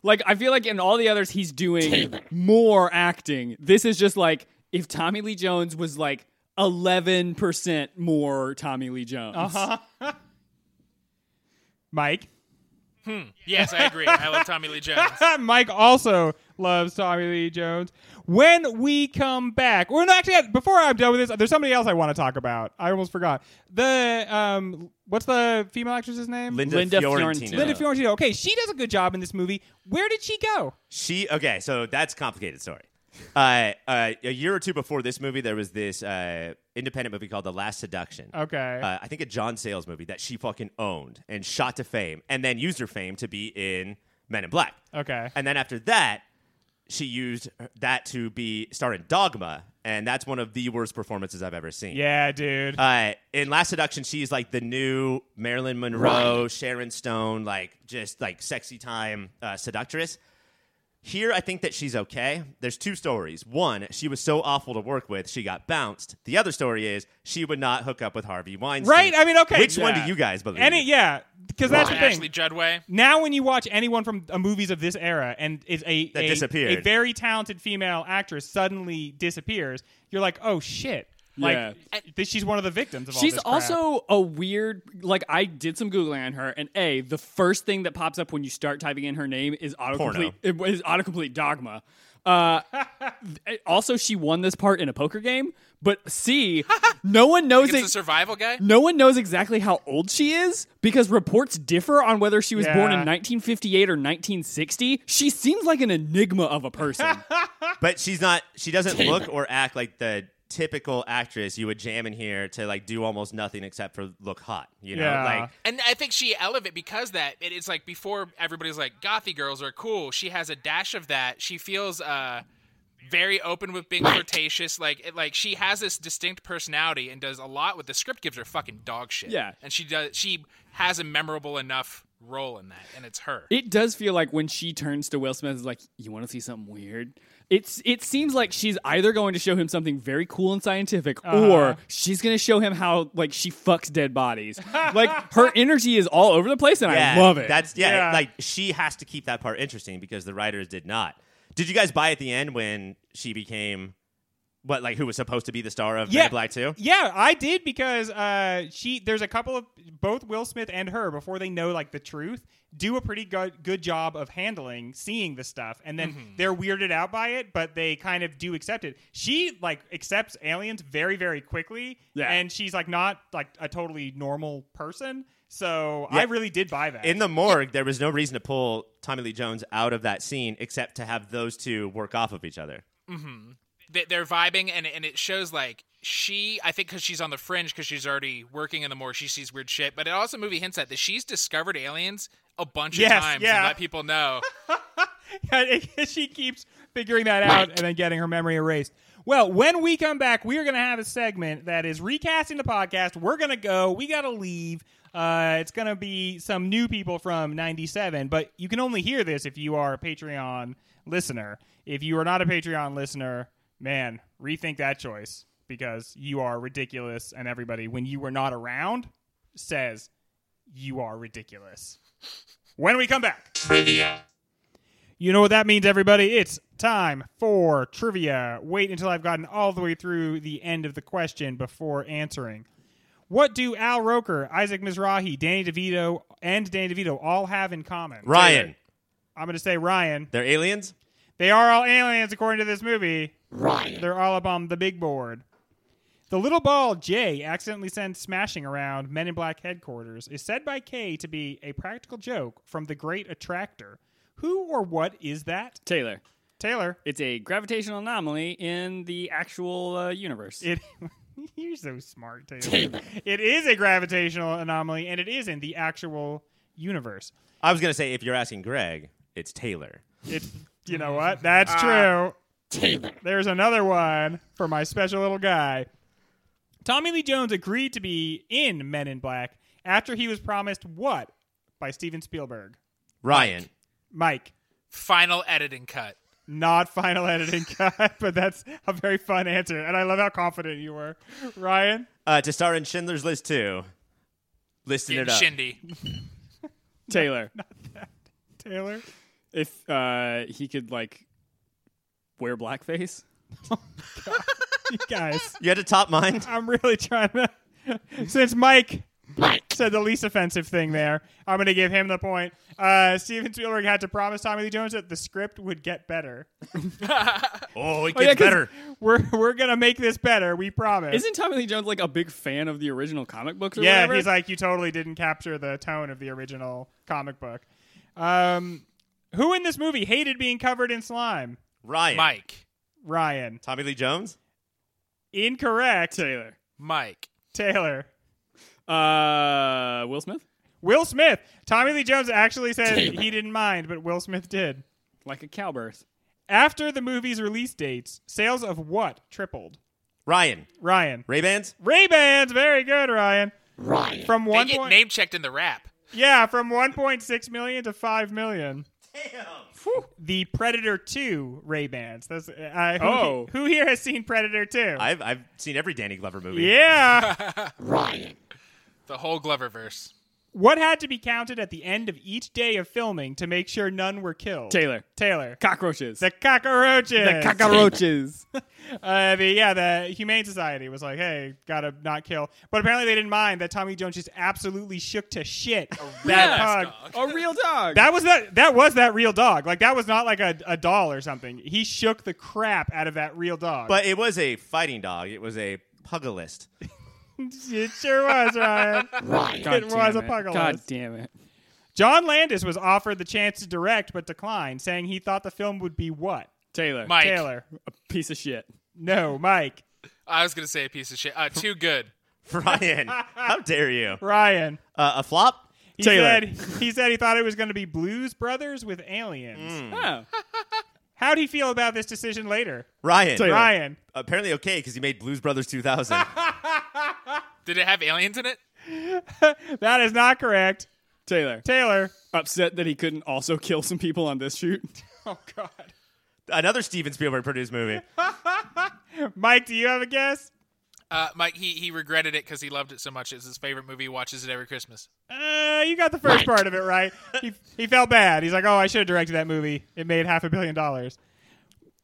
Speaker 4: Like I feel like in all the others he's doing more acting. This is just like if Tommy Lee Jones was like 11% more Tommy Lee Jones.
Speaker 1: Mike.
Speaker 3: Yes, I agree. I love Tommy Lee Jones.
Speaker 1: Mike also loves Tommy Lee Jones. When we come back, or no, actually, before I'm done with this, there's somebody else I want to talk about. I almost forgot the um, what's the female actress's name?
Speaker 2: Linda,
Speaker 4: Linda
Speaker 2: Fiorentino.
Speaker 4: Fiorentino.
Speaker 1: Linda Fiorentino. Okay, she does a good job in this movie. Where did she go?
Speaker 2: She okay, so that's a complicated story. Uh, uh, a year or two before this movie, there was this uh, independent movie called The Last Seduction.
Speaker 1: Okay.
Speaker 2: uh, I think a John Sayles movie that she fucking owned and shot to fame, and then used her fame to be in Men in Black.
Speaker 1: Okay.
Speaker 2: and then after that, she used that to be star in Dogma, and that's one of the worst performances I've ever seen.
Speaker 1: Yeah, dude.
Speaker 2: Uh, in Last Seduction, she's like the new Marilyn Monroe, Sharon Stone, like just like sexy time uh, seductress. Here, I think that she's okay. There's two stories. One, she was so awful to work with, she got bounced. The other story is she would not hook up with Harvey Weinstein.
Speaker 1: Right? I mean, okay.
Speaker 2: Which one do
Speaker 1: Yeah.
Speaker 2: you guys believe?
Speaker 1: Any yeah, because that's the
Speaker 3: Ashley
Speaker 1: thing.
Speaker 3: Judway.
Speaker 1: Now, when you watch anyone from uh, movies of this era and is a
Speaker 2: That
Speaker 1: a,
Speaker 2: disappeared.
Speaker 1: a very talented female actress suddenly disappears, you're like, oh shit! Like
Speaker 3: Yeah.
Speaker 1: th- she's one of the victims of all
Speaker 4: She's
Speaker 1: this crap.
Speaker 4: also a weird like I did some googling on her and A, the first thing that pops up when you start typing in her name is autocomplete
Speaker 2: Porno.
Speaker 4: it is autocomplete dogma. Uh, th- also, she won this part in a poker game. But C, no one knows
Speaker 3: It's a
Speaker 4: it.
Speaker 3: survival guy.
Speaker 4: No one knows exactly how old she is because reports differ on whether she was born in
Speaker 1: Yeah.
Speaker 4: 1958 or 1960. She seems like an enigma of a person.
Speaker 2: but she's not she doesn't look or act like the typical actress you would jam in here to like do almost nothing except for look hot you know
Speaker 1: Yeah.
Speaker 2: like
Speaker 3: And I think she elevated because that it is like before everybody's like gothy girls are cool. She has a dash of that. She feels uh very open with being flirtatious. Like it, like she has this distinct personality and does a lot with the script gives her fucking dog shit.
Speaker 4: Yeah.
Speaker 3: and she does she has a memorable enough role in that, and it's her.
Speaker 4: It does feel like when she turns to Will Smith is like, "You want to see something weird?" It's it seems like she's either going to show him something very cool and scientific,
Speaker 1: Uh-huh.
Speaker 4: or she's going to show him how like she fucks dead bodies. like her energy is all over the place, and
Speaker 2: yeah,
Speaker 4: I love it.
Speaker 2: that's yeah,
Speaker 1: Yeah.
Speaker 2: like she has to keep that part interesting because the writers did not did you guys buy at the end when she became what like who was supposed to be the star of Men in
Speaker 1: Yeah.
Speaker 2: Black 2
Speaker 1: Yeah, I did because uh, she there's a couple of both Will Smith and her before they know like the truth do a pretty good good job of handling seeing the stuff and then they're weirded out by it but they kind of do accept it. She like accepts aliens very very quickly
Speaker 4: Yeah.
Speaker 1: and she's like not like a totally normal person. So
Speaker 2: Yeah.
Speaker 1: I really did buy that.
Speaker 2: in the morgue there was no reason to pull Tommy Lee Jones out of that scene except to have those two work off of each other
Speaker 3: they- they're vibing and and it shows like she i think because she's on the fringe because she's already working in the morgue she sees weird shit but it also movie hints at that she's discovered aliens a bunch
Speaker 1: Yes,
Speaker 3: of times
Speaker 1: yeah.
Speaker 3: and let people know
Speaker 1: she keeps figuring that out and then getting her memory erased. Well, when we come back, we are going to have a segment that is recasting the podcast. We're going to go. We got to leave. Uh, it's going to be some new people from 97, but you can only hear this if you are a Patreon listener. If you are not a Patreon listener, man, rethink that choice because you are ridiculous, and everybody, when you were not around, says you are ridiculous. When we come back. You know what that means, everybody. It's time for trivia. Wait until I've gotten all the way through the end of the question before answering. What do Al Roker, Isaac Mizrahi, Danny DeVito, and Danny DeVito all have in common?
Speaker 2: Ryan
Speaker 1: I'm going to say Ryan.
Speaker 2: they're aliens
Speaker 1: They are all aliens, according to this movie. Right. They're all up on the big board. The little ball Jay accidentally sends smashing around Men in Black headquarters is said by Kay to be a practical joke from the Great Attractor. Who or what is that?
Speaker 4: Taylor.
Speaker 1: Taylor.
Speaker 4: It's a gravitational anomaly in the actual uh, universe.
Speaker 1: It. You're so smart, Taylor. it is a gravitational anomaly, and it is in the actual universe.
Speaker 2: I was gonna say if you're asking Greg it's Taylor
Speaker 1: It's you know what? That's true. There's another one for my special little guy. Tommy Lee Jones agreed to be in Men in Black after he was promised what by Steven Spielberg.
Speaker 2: Ryan
Speaker 1: Mike,
Speaker 3: final editing cut
Speaker 1: not final editing cut, but that's a very fun answer, and I love how confident you were, Ryan.
Speaker 2: uh, to star in Schindler's List 2. Listing it
Speaker 3: Getting
Speaker 2: up.
Speaker 3: shindy
Speaker 4: Taylor,
Speaker 1: Taylor,
Speaker 4: if uh, he could like wear blackface,
Speaker 1: you guys,
Speaker 2: you had to top mine.
Speaker 1: I'm really trying to. Since Mike said the least offensive thing there, I'm going to give him the point. Uh, Steven Spielberg had to promise Tommy Lee Jones that the script would get better.
Speaker 2: Oh, it gets
Speaker 4: 'cause-
Speaker 2: better.
Speaker 1: We're we're going to make this better. We promise.
Speaker 4: isn't Tommy Lee Jones like a big fan of the original comic books? Or
Speaker 1: yeah,
Speaker 4: whatever?
Speaker 1: he's like, you totally didn't capture the tone of the original comic book. Um, who in this movie hated being covered in slime?
Speaker 2: Ryan.
Speaker 3: mike
Speaker 1: Ryan.
Speaker 2: Tommy Lee Jones?
Speaker 1: Incorrect.
Speaker 4: Taylor.
Speaker 3: mike
Speaker 1: Taylor.
Speaker 4: Uh, Will Smith,
Speaker 1: Will Smith. Tommy Lee Jones actually said he didn't mind, but Will Smith did.
Speaker 4: like a cowbirth.
Speaker 1: After the movie's release dates, sales of what tripled?
Speaker 2: Ryan.
Speaker 1: Ryan.
Speaker 2: Ray-Bans?
Speaker 1: Ray Bans, very good, Ryan. Ryan. From
Speaker 3: they
Speaker 1: one
Speaker 3: get
Speaker 1: point,
Speaker 3: name checked in the rap
Speaker 1: yeah, from one point six million to five million. Damn. The Predator Two Ray Bans. That's uh, who,
Speaker 4: Oh.
Speaker 1: who here has seen Predator Two?
Speaker 2: I've, I've seen every Danny Glover movie.
Speaker 1: Yeah.
Speaker 3: the whole glover verse
Speaker 1: What had to be counted at the end of each day of filming to make sure none were killed?
Speaker 4: Taylor.
Speaker 1: Taylor.
Speaker 4: Cockroaches.
Speaker 1: the cockroaches.
Speaker 4: The cockroaches.
Speaker 1: Uh, the, yeah, the Humane Society was like, hey, gotta not kill. But apparently they didn't mind that Tommy Jones just absolutely shook to shit that
Speaker 3: ass
Speaker 1: pug.
Speaker 3: dog.
Speaker 4: A real dog.
Speaker 1: That was that. That was that real dog. Like that was not like a, a doll or something. He shook the crap out of that real dog.
Speaker 2: But it was a fighting dog. It was a pugilist.
Speaker 1: it sure was, Ryan.
Speaker 4: God
Speaker 1: it was
Speaker 4: damn
Speaker 1: a pugilist.
Speaker 4: God damn it.
Speaker 1: John Landis was offered the chance to direct but declined, saying he thought the film would be what?
Speaker 4: Taylor.
Speaker 3: Mike.
Speaker 1: Taylor.
Speaker 4: Piece of shit.
Speaker 1: No, Mike.
Speaker 3: I was gonna say a piece of shit. Uh, too good.
Speaker 2: Ryan, how dare you?
Speaker 1: Ryan.
Speaker 2: Uh, a flop?
Speaker 1: He
Speaker 4: Taylor.
Speaker 1: said he said he thought it was going to be Blues Brothers with aliens.
Speaker 4: Oh.
Speaker 1: How do you feel about this decision later?
Speaker 2: Ryan.
Speaker 4: Taylor.
Speaker 1: Ryan.
Speaker 2: Apparently okay because he made Blues Brothers 2000.
Speaker 3: Did it have aliens in it?
Speaker 1: That is not correct.
Speaker 4: Taylor.
Speaker 1: Taylor.
Speaker 4: Upset that he couldn't also kill some people on this shoot.
Speaker 1: Oh god.
Speaker 2: Another Steven Spielberg produced movie.
Speaker 1: Mike, do you have a guess?
Speaker 3: Uh, Mike, he he regretted it because he loved it so much. It's his favorite movie. He watches it every Christmas.
Speaker 1: Uh, you got the first part of it right. He, he felt bad. He's like, oh, I should have directed that movie. It made half a billion dollars.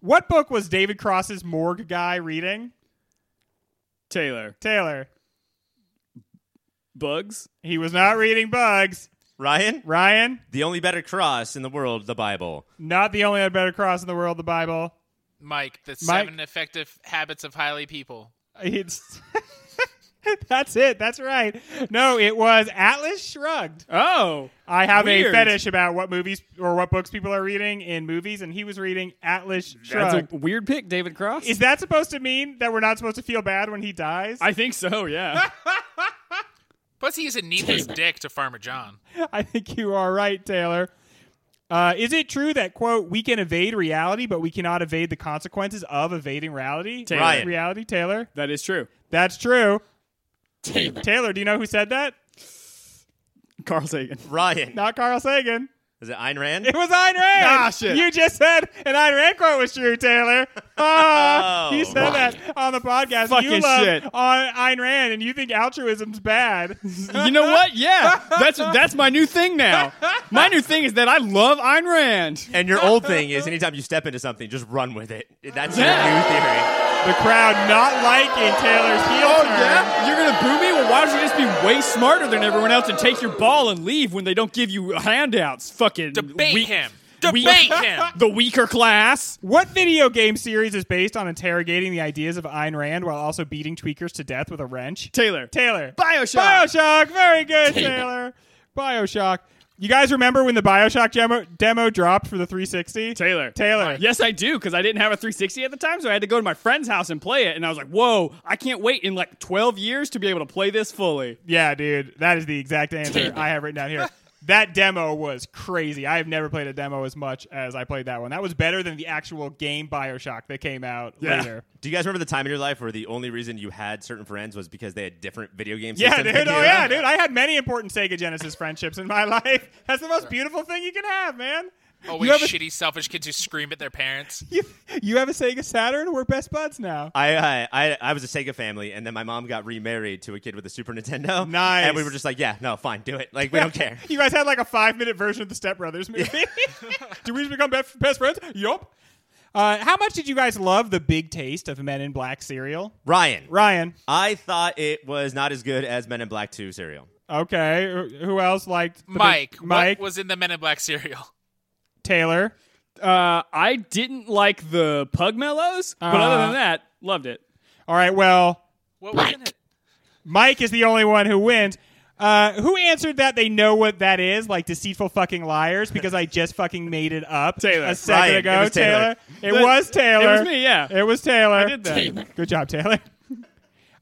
Speaker 1: What book was David Cross's morgue guy reading?
Speaker 4: Taylor.
Speaker 1: Taylor.
Speaker 4: Bugs.
Speaker 1: He was not reading Bugs.
Speaker 2: Ryan,
Speaker 1: Ryan,
Speaker 2: the only better cross in the world, the Bible.
Speaker 1: not the only better cross in the world, the Bible.
Speaker 3: Mike, the
Speaker 1: Mike-
Speaker 3: seven effective habits of highly people.
Speaker 1: It's That's it. That's right. No, it was Atlas Shrugged.
Speaker 4: Oh.
Speaker 1: I have a
Speaker 4: Weird.
Speaker 1: fetish about what movies or what books people are reading in movies, and he was reading Atlas Shrugged.
Speaker 4: That's a weird pick, David Cross.
Speaker 1: Is that supposed to mean that we're not supposed to feel bad when he dies?
Speaker 4: I think so, yeah.
Speaker 3: Plus, he's a needless dick to Farmer John.
Speaker 1: I think you are right, Taylor. Uh, is it true that quote we can evade reality, but we cannot evade the consequences of evading reality?
Speaker 4: Taylor.
Speaker 2: Ryan.
Speaker 1: Reality, Taylor.
Speaker 4: that is true.
Speaker 1: That's true. Taylor. do you know who said that?
Speaker 4: Carl Sagan.
Speaker 2: Ryan,
Speaker 1: Not Carl Sagan.
Speaker 2: is it Ayn Rand?
Speaker 1: It was Ayn Rand.
Speaker 4: Ah, shit.
Speaker 1: You just said an Ayn Rand quote was true, Taylor. Ah,
Speaker 2: Oh.
Speaker 1: you said that on the podcast. you
Speaker 4: Fucking
Speaker 1: love
Speaker 4: shit.
Speaker 1: on Ayn Rand, and you think altruism's bad.
Speaker 4: You know what? Yeah, that's that's my new thing now. My new thing is that I love Ayn Rand.
Speaker 2: And your old thing is anytime you step into something, just run with it. That's your new theory.
Speaker 1: the crowd not liking Taylor's heel turn.
Speaker 4: Oh, you're gonna boo me? Well, why don't you just be way smarter than everyone else and take your ball and leave when they don't give you handouts? Fucking
Speaker 3: Debate
Speaker 4: weak-
Speaker 3: him.
Speaker 4: weak-
Speaker 3: Debate him.
Speaker 4: The weaker class.
Speaker 1: What video game series is based on interrogating the ideas of Ayn Rand while also beating tweakers to death with a wrench?
Speaker 4: Taylor.
Speaker 1: Taylor.
Speaker 4: Bioshock.
Speaker 1: Bioshock. Very good, Taylor. Bioshock. You guys remember when the Bioshock demo, demo dropped for the 360?
Speaker 4: Taylor.
Speaker 1: Taylor.
Speaker 4: Yes, I do, because I didn't have a 360 at the time, so I had to go to my friend's house and play it. And I was like, whoa, I can't wait in like 12 years to be able to play this fully.
Speaker 1: Yeah, dude. That is the exact answer I have written down here. That demo was crazy. I have never played a demo as much as I played that one. That was better than the actual game Bioshock that came out
Speaker 4: Yeah.
Speaker 1: later.
Speaker 2: Do you guys remember the time in your life where the only reason you had certain friends was because they had different video games?
Speaker 1: Yeah, dude. Oh, yeah, dude. I had many important Sega Genesis friendships in my life. That's the most beautiful thing you can have, man.
Speaker 3: Always
Speaker 1: you have a-
Speaker 3: shitty, selfish kids who scream at their parents.
Speaker 1: You, you have a Sega Saturn. We're best buds now.
Speaker 2: I, I I I was a Sega family, and then my mom got remarried to a kid with a Super Nintendo.
Speaker 1: Nice.
Speaker 2: And we were just like, yeah, no, fine, do it. Like we don't care.
Speaker 1: You guys had like a five minute version of the Step Brothers movie. Did we just become best, best friends? Yup. Uh, how much did you guys love the big taste of Men in Black cereal?
Speaker 2: Ryan,
Speaker 1: Ryan.
Speaker 2: I thought it was not as good as Men in Black Two cereal.
Speaker 1: Okay. who- Who else liked the big-
Speaker 3: Mike,
Speaker 1: Mike.
Speaker 3: what was in the Men in Black cereal?
Speaker 1: Taylor.
Speaker 4: Uh, I didn't like the Pug Mellows, but other
Speaker 1: Uh.
Speaker 4: than that, loved it.
Speaker 1: All right. Well,
Speaker 3: What was in it?
Speaker 1: Mike is the only one who wins. Uh, who answered that they know what that is, like deceitful fucking liars, because I just fucking made it up
Speaker 4: Taylor.
Speaker 1: a second
Speaker 2: Ryan,
Speaker 1: ago.
Speaker 2: it was Taylor.
Speaker 1: It was Taylor.
Speaker 4: It was me, yeah.
Speaker 1: It was Taylor. I
Speaker 4: did that. Taylor.
Speaker 1: Good job, Taylor.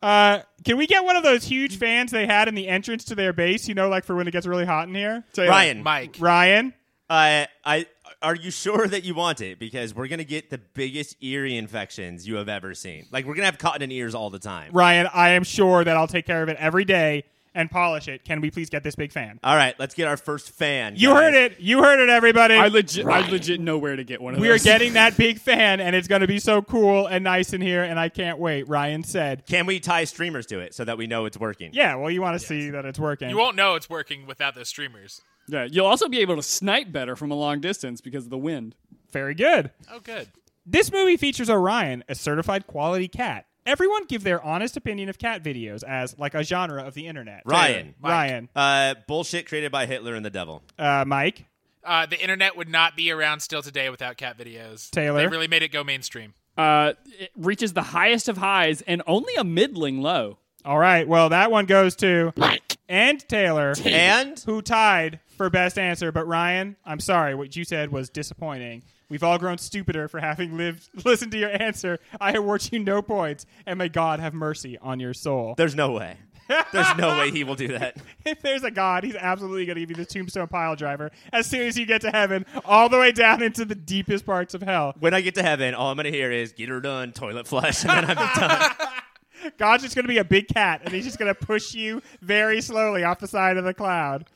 Speaker 1: Uh, can we get one of those huge fans they had in the entrance to their base? You know, like for when it gets really hot in here.
Speaker 2: Ryan,
Speaker 3: Mike.
Speaker 1: Ryan,
Speaker 2: I I are you sure that you want it? Because we're gonna get the biggest eerie infections you have ever seen. Like we're gonna have cotton in ears all the time.
Speaker 1: Ryan, I am sure that I'll take care of it every day and polish it. Can we please get this big fan?
Speaker 2: All right, let's get our first fan.
Speaker 1: You
Speaker 2: guys.
Speaker 1: heard it. You heard it, everybody.
Speaker 4: I legit, I legit know where to get one of
Speaker 1: we are
Speaker 4: those.
Speaker 1: getting that big fan, and it's going to be so cool and nice in here, and I can't wait. Ryan said,
Speaker 2: Can we tie streamers to it so that we know it's working?
Speaker 1: "Yeah, well, you want to see that it's working."
Speaker 3: You won't know it's working without those streamers.
Speaker 4: Yeah, you'll also be able to snipe better from a long distance because of the wind.
Speaker 1: Very good.
Speaker 3: Oh, good.
Speaker 1: This movie features Orion, a certified quality cat. Everyone give their honest opinion of cat videos as like a genre of the internet.
Speaker 2: Ryan.
Speaker 1: Taylor, Ryan,
Speaker 2: Uh, bullshit created by Hitler and the devil.
Speaker 1: uh, Mike,
Speaker 3: Uh, the internet would not be around still today without cat videos.
Speaker 1: Taylor?
Speaker 3: they really made it go mainstream.
Speaker 4: Uh, it reaches the highest of highs and only a middling low.
Speaker 1: All right. Well, that one goes to and Taylor,
Speaker 2: And
Speaker 1: who tied for best answer. But Ryan, I'm sorry, what you said was disappointing. We've all grown stupider for having lived. Listened to your answer. I award you no points, and may God have mercy on your soul.
Speaker 2: there's no way. There's no way he will do that.
Speaker 1: if there's a God, He's absolutely going to give you the tombstone pile driver as soon as you get to heaven, all the way down into the deepest parts of hell.
Speaker 2: When I get to heaven, all I'm gonna hear is "Get her done, toilet flush," and then I'm done.
Speaker 1: God's just going to be a big cat, and he's just going to push you very slowly off the side of the cloud.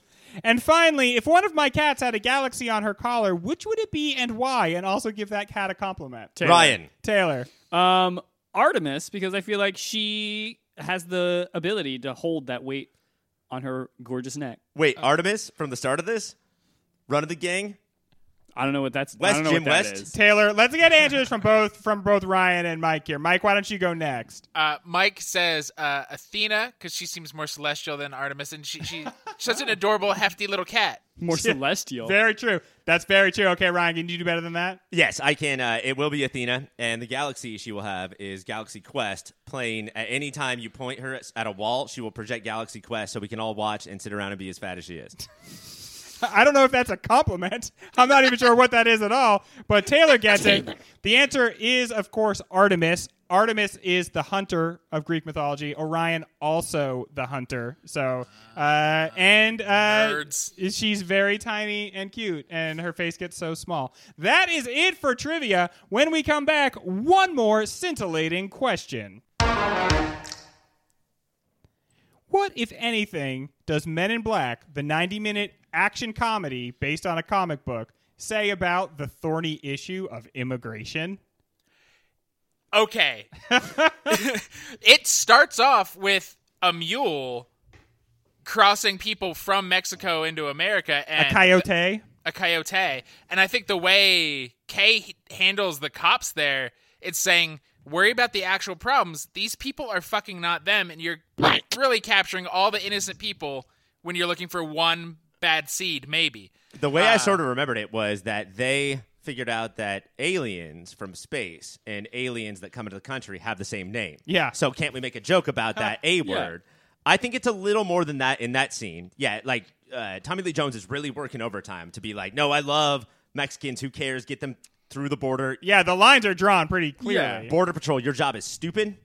Speaker 1: And finally, if one of my cats had a galaxy on her collar, which would it be and why? And also give that cat a compliment. Taylor.
Speaker 2: Ryan.
Speaker 1: Taylor.
Speaker 4: Um, Artemis, because I feel like she has the ability to hold that weight on her gorgeous neck.
Speaker 2: Wait, Artemis from the start of this, run of the gang.
Speaker 4: I don't know what that's.
Speaker 2: West
Speaker 4: I don't know
Speaker 2: Jim
Speaker 4: what that
Speaker 2: West?
Speaker 4: is.
Speaker 1: Taylor, let's get answers from both from both Ryan and Mike here. Mike, why don't you go next?
Speaker 3: Uh, Mike says uh, Athena because she seems more celestial than Artemis, and she, she she's such an adorable, hefty little cat.
Speaker 4: More celestial.
Speaker 1: Very true. That's very true. Okay, Ryan, can you do better than that?
Speaker 2: Yes, I can. Uh, it will be Athena, and the galaxy she will have is Galaxy Quest playing. At any time you point her at- at a wall, she will project Galaxy Quest, so we can all watch and sit around and be as fat as she is.
Speaker 1: I don't know if that's a compliment. I'm not even sure what that is at all, but Taylor gets it. The answer is, of course, Artemis. Artemis is the hunter of Greek mythology. Orion also the hunter. So, uh, and uh,
Speaker 3: Nerds.
Speaker 1: she's very tiny and cute, and her face gets so small. That is it for trivia. When we come back, one more scintillating question. What, if anything, does Men in Black, the 90 minute action comedy based on a comic book, say about the thorny issue of immigration?
Speaker 3: Okay, it starts off with a mule crossing people from Mexico into America, and
Speaker 1: A coyote?
Speaker 3: a coyote. And I think the way Kay h- handles the cops there, it's saying, worry about the actual problems. These people are fucking not them. And you're really capturing all the innocent people when you're looking for one bad seed, maybe.
Speaker 2: The way I sort of remembered it was that they figured out that aliens from space and aliens that come into the country have the same name.
Speaker 1: Yeah.
Speaker 2: So can't we make a joke about that A word? I think it's a little more than that in that scene. Yeah, like uh, Tommy Lee Jones is really working overtime to be like, no, I love Mexicans. Who cares? Get them through the border.
Speaker 1: Yeah, the lines are drawn pretty clearly.
Speaker 2: Border Patrol, your job is stupid.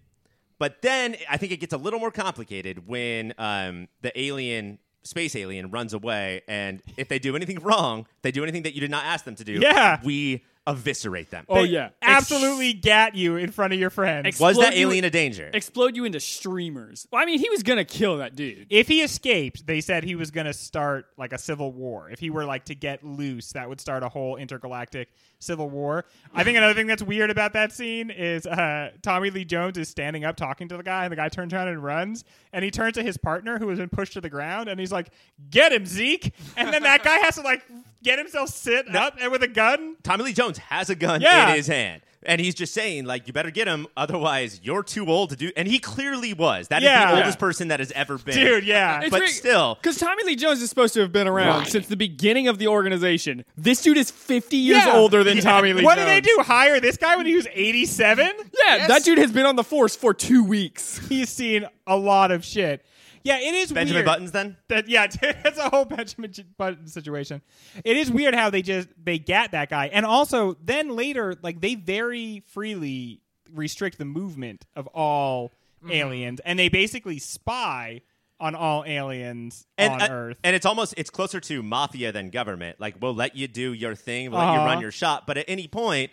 Speaker 2: But then I think it gets a little more complicated when um, the alien, space alien, runs away. And if they do anything wrong, they do anything that you did not ask them to do,
Speaker 1: Yeah.
Speaker 2: we eviscerate them.
Speaker 4: oh yeah.
Speaker 1: Absolutely gat you in front of your friends.
Speaker 4: Ex-
Speaker 2: Was that
Speaker 4: Well, you-
Speaker 2: alien a danger?
Speaker 4: explode you into streamers. Well, I mean, he was gonna kill that dude.
Speaker 1: if he escaped, they said he was going to start like a civil war. If he were like to get loose, that would start a whole intergalactic civil war. I think another thing that's weird about that scene is uh, Tommy Lee Jones is standing up talking to the guy, and the guy turns around and runs, and he turns to his partner who has been pushed to the ground, and he's like, "Get him, Zeke!" And then that guy has to like get himself sit up and with a gun.
Speaker 2: Tommy Lee Jones has a gun
Speaker 1: Yeah.
Speaker 2: in his hand. And he's just saying, like, you better get him, otherwise you're too old to do. And he clearly was. That is
Speaker 1: Yeah.
Speaker 2: the oldest person that has ever been.
Speaker 1: Dude, yeah.
Speaker 2: But still-
Speaker 4: because Tommy Lee Jones is supposed to have been around since the beginning of the organization. This dude is fifty years
Speaker 1: Yeah.
Speaker 4: older than Tommy Lee.
Speaker 1: What
Speaker 4: Jones.
Speaker 1: do they do? Hire this guy when he was 87?
Speaker 4: Yeah, that dude has been on the force for two weeks.
Speaker 1: He's seen a lot of shit. Yeah, it is
Speaker 2: Benjamin
Speaker 1: weird.
Speaker 2: Buttons then?
Speaker 1: That yeah, it's a whole Benjamin J- Button situation. It is weird how they just they gat that guy, and also then later like they very freely restrict the movement of all aliens, and they basically spy on all aliens on
Speaker 2: uh,
Speaker 1: Earth.
Speaker 2: and it's almost it's closer to mafia than government. Like we'll let you do your thing, we'll let
Speaker 1: Uh-huh.
Speaker 2: you run your shop, but at any point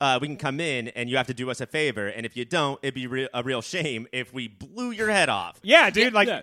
Speaker 2: uh, we can come in and you have to do us a favor. And if you don't, it'd be re- a real shame if we blew your head off.
Speaker 1: yeah, dude, like
Speaker 4: Yeah.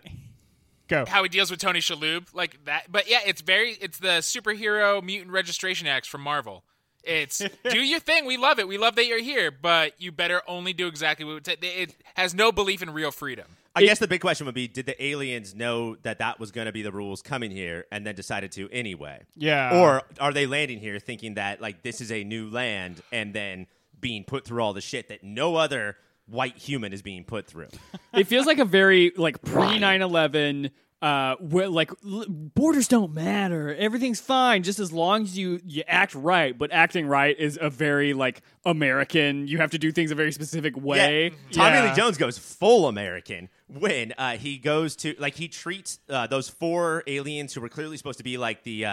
Speaker 1: Go.
Speaker 3: how he deals with Tony Shalhoub, like that. But yeah, it's very it's the superhero mutant registration acts from Marvel. It's do your thing. We love it. We love that you're here, but you better only do exactly what it, it has. No belief in real freedom.
Speaker 2: I guess the big question would be: Did the aliens know that that was going to be the rules coming here, and then decided to anyway?
Speaker 1: Yeah.
Speaker 2: Or are they landing here thinking that like this is a new land, and then being put through all the shit that no other white human is being put through?
Speaker 4: It feels like a very like pre 9/11 uh where like l- borders don't matter. Everything's fine just as long as you you act right, but acting right is a very like American. You have to do things a very specific way.
Speaker 2: Tommy
Speaker 1: Yeah.
Speaker 2: Lee Jones goes full American when uh, he goes to like he treats uh, those four aliens who were clearly supposed to be like the uh,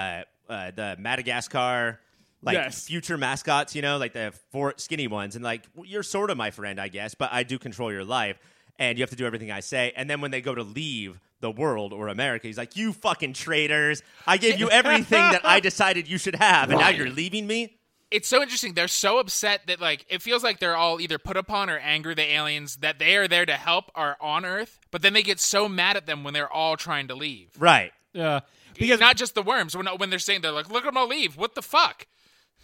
Speaker 2: uh, the Madagascar like
Speaker 4: Yes.
Speaker 2: future mascots, you know, like the four skinny ones, and like "Well, you're sort of my friend, I guess, but I do control your life, and you have to do everything I say. And then when they go to leave. The world or America. He's like, You fucking traitors. I gave you everything that I decided you should have, and now you're leaving me?
Speaker 3: it's so interesting. They're so upset that like it feels like they're all either put upon or angry the aliens that they are there to help are on Earth, but then they get so mad at them when they're all trying to leave.
Speaker 2: Right.
Speaker 1: Yeah. Because
Speaker 3: not just the worms. When when they're saying they're like, look, I'm gonna leave. What the fuck?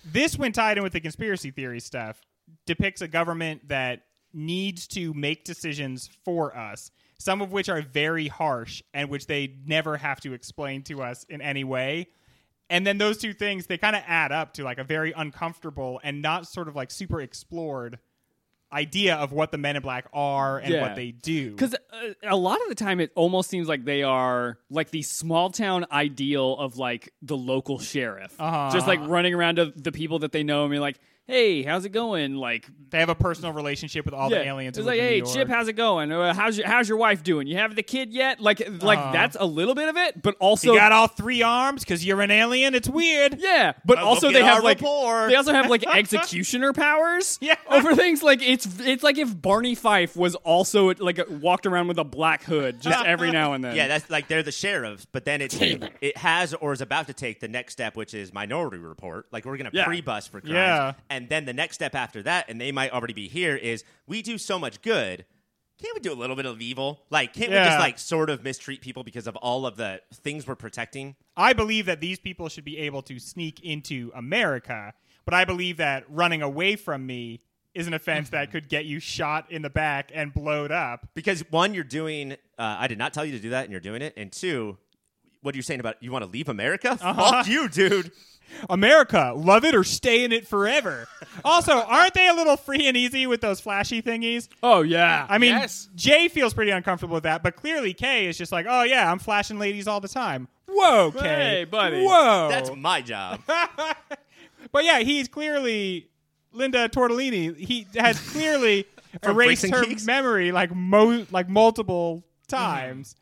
Speaker 1: this when tied in with the conspiracy theory stuff depicts a government that needs to make decisions for us some of which are very harsh and which they never have to explain to us in any way and then those two things they kind of add up to like a very uncomfortable and not sort of like super explored idea of what the men in black are and
Speaker 4: Yeah.
Speaker 1: what they do
Speaker 4: Because uh, a lot of the time, it almost seems like they are like the small town ideal of like the local sheriff,
Speaker 1: Uh-huh.
Speaker 4: just like running around to the people that they know and be like, "Hey, how's it going?" Like
Speaker 1: they have a personal relationship with all
Speaker 4: yeah.
Speaker 1: the aliens who
Speaker 4: It's
Speaker 1: live
Speaker 4: like,
Speaker 1: in
Speaker 4: "Hey,
Speaker 1: New
Speaker 4: Chip,
Speaker 1: York."
Speaker 4: how's it going? Uh, how's your how's your wife doing? You have the kid yet?" Like like that's a little bit of it, but also
Speaker 1: you got all three arms because you're an alien it's weird
Speaker 4: yeah, but
Speaker 2: Uh,
Speaker 4: also
Speaker 2: look
Speaker 4: they
Speaker 2: at
Speaker 4: have
Speaker 2: our
Speaker 4: like
Speaker 2: rapport.
Speaker 4: they also have like executioner powers
Speaker 1: Yeah.
Speaker 4: over things like it's it's like if Barney Fife was also like walked around with a black hood just every now and then.
Speaker 2: Yeah, that's like they're the sheriffs, but then it's it has or is about to take the next step, which is minority report. Like we're gonna
Speaker 4: Yeah.
Speaker 2: pre-bus for crimes,
Speaker 1: Yeah.
Speaker 2: and then the next step after that, and they might already be here. Is we do so much good, can't we do a little bit of evil? Like can't we
Speaker 1: Yeah.
Speaker 2: just like sort of mistreat people because of all of the things we're protecting?
Speaker 1: I believe that these people should be able to sneak into America, but I believe that running away from me is an offense that could get you shot in the back and blowed up.
Speaker 2: Because one, you're doing. Uh, I did not tell you to do that, and you're doing it. And two, what are you saying about you want to leave America? Fuck you, dude.
Speaker 1: America, love it or stay in it forever. also, aren't they a little free and easy with those flashy thingies?
Speaker 4: Oh yeah.
Speaker 1: I mean,
Speaker 3: Yes.
Speaker 1: Jay feels pretty uncomfortable with that, but clearly Kay is just like, "Oh yeah, I'm flashing ladies all the time." Whoa, Kay,
Speaker 4: Hey, buddy.
Speaker 1: Whoa,
Speaker 2: That's my job.
Speaker 1: But yeah, he's clearly Linda Tortellini. He has clearly
Speaker 2: Freaks
Speaker 1: erased
Speaker 2: and
Speaker 1: her
Speaker 2: Geeks?
Speaker 1: memory like mo- like multiple times.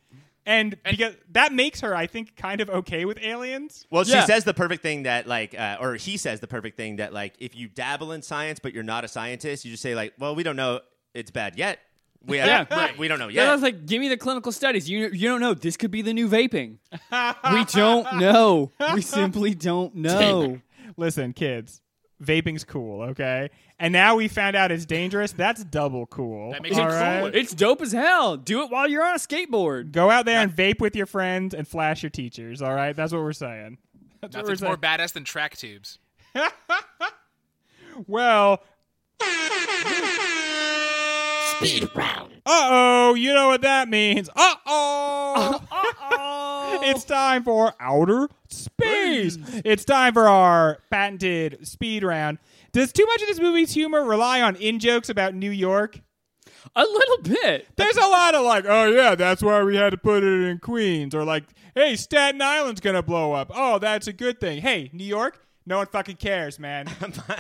Speaker 1: And, because that makes her, I think, kind of okay with aliens.
Speaker 2: Well,
Speaker 4: Yeah.
Speaker 2: she says the perfect thing that like, uh, or he says the perfect thing that like, if you dabble in science but you're not a scientist, you just say like, well, we don't know it's bad yet. We have,
Speaker 4: Yeah, right.
Speaker 2: we don't know
Speaker 4: Yeah,
Speaker 2: yet.
Speaker 4: that's like, give me the clinical studies. You you don't know. This could be the new vaping. we don't know. We simply don't know.
Speaker 1: Listen, kids, vaping's cool, okay? And now we found out it's dangerous. That's double cool.
Speaker 3: That makes
Speaker 1: all
Speaker 3: it
Speaker 1: right?
Speaker 3: cooler.
Speaker 4: It's dope as hell. Do it while you're on a skateboard.
Speaker 1: Go out there and vape with your friends and flash your teachers, all right? That's what we're saying. That's what we're
Speaker 3: Nothing's
Speaker 1: saying.
Speaker 3: more badass than track tubes.
Speaker 1: well,
Speaker 7: Speed round.
Speaker 1: Uh oh, you know what that means. Uh oh. Uh oh. It's time for outer space. It's time for our patented speed round. Does too much of this movie's humor rely on in jokes about New York?
Speaker 4: A little bit.
Speaker 1: There's a lot of like, oh yeah, that's why we had to put it in Queens, or like, hey, Staten Island's gonna blow up. Oh, that's a good thing. Hey, New York, no one fucking cares, man.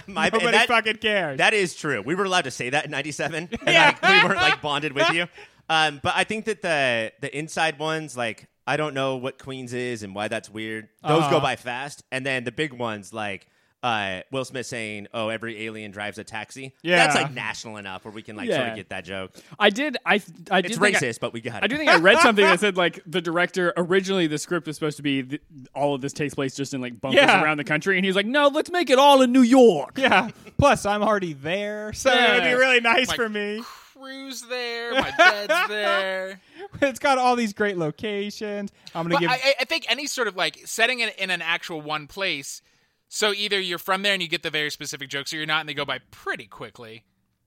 Speaker 2: My- and
Speaker 1: Nobody
Speaker 2: that-
Speaker 1: fucking cares.
Speaker 2: That is true. We were allowed to say that in '97, and
Speaker 1: Yeah.
Speaker 2: like, we weren't like bonded with you. Um, but I think that the the inside ones, like I don't know what Queens is and why that's weird. Those
Speaker 1: Uh-huh.
Speaker 2: go by fast, and then the big ones like. Uh, Will Smith saying, "Oh, every alien drives a taxi."
Speaker 1: Yeah.
Speaker 2: that's like national enough where we can like sort
Speaker 4: Yeah.
Speaker 2: of get that joke.
Speaker 4: I did. I I did.
Speaker 2: It's
Speaker 4: think I-
Speaker 2: racist, but we got it.
Speaker 4: I do think I read something that said like the director originally the script was supposed to be th- all of this takes place just in like bunkers
Speaker 1: Yeah.
Speaker 4: around the country and he's like no let's make it all in New York
Speaker 1: yeah. Plus, I'm already there, so it would be
Speaker 4: Yeah.
Speaker 1: really nice
Speaker 3: Like,
Speaker 1: for me.
Speaker 3: Subaru's there, my bed's there.
Speaker 1: it's got all these great locations. I'm gonna
Speaker 3: But
Speaker 1: give.
Speaker 3: I, I- I think any sort of like setting it in an actual one place. So either you're from there and you get the very specific jokes, or you're not, and they go by pretty quickly.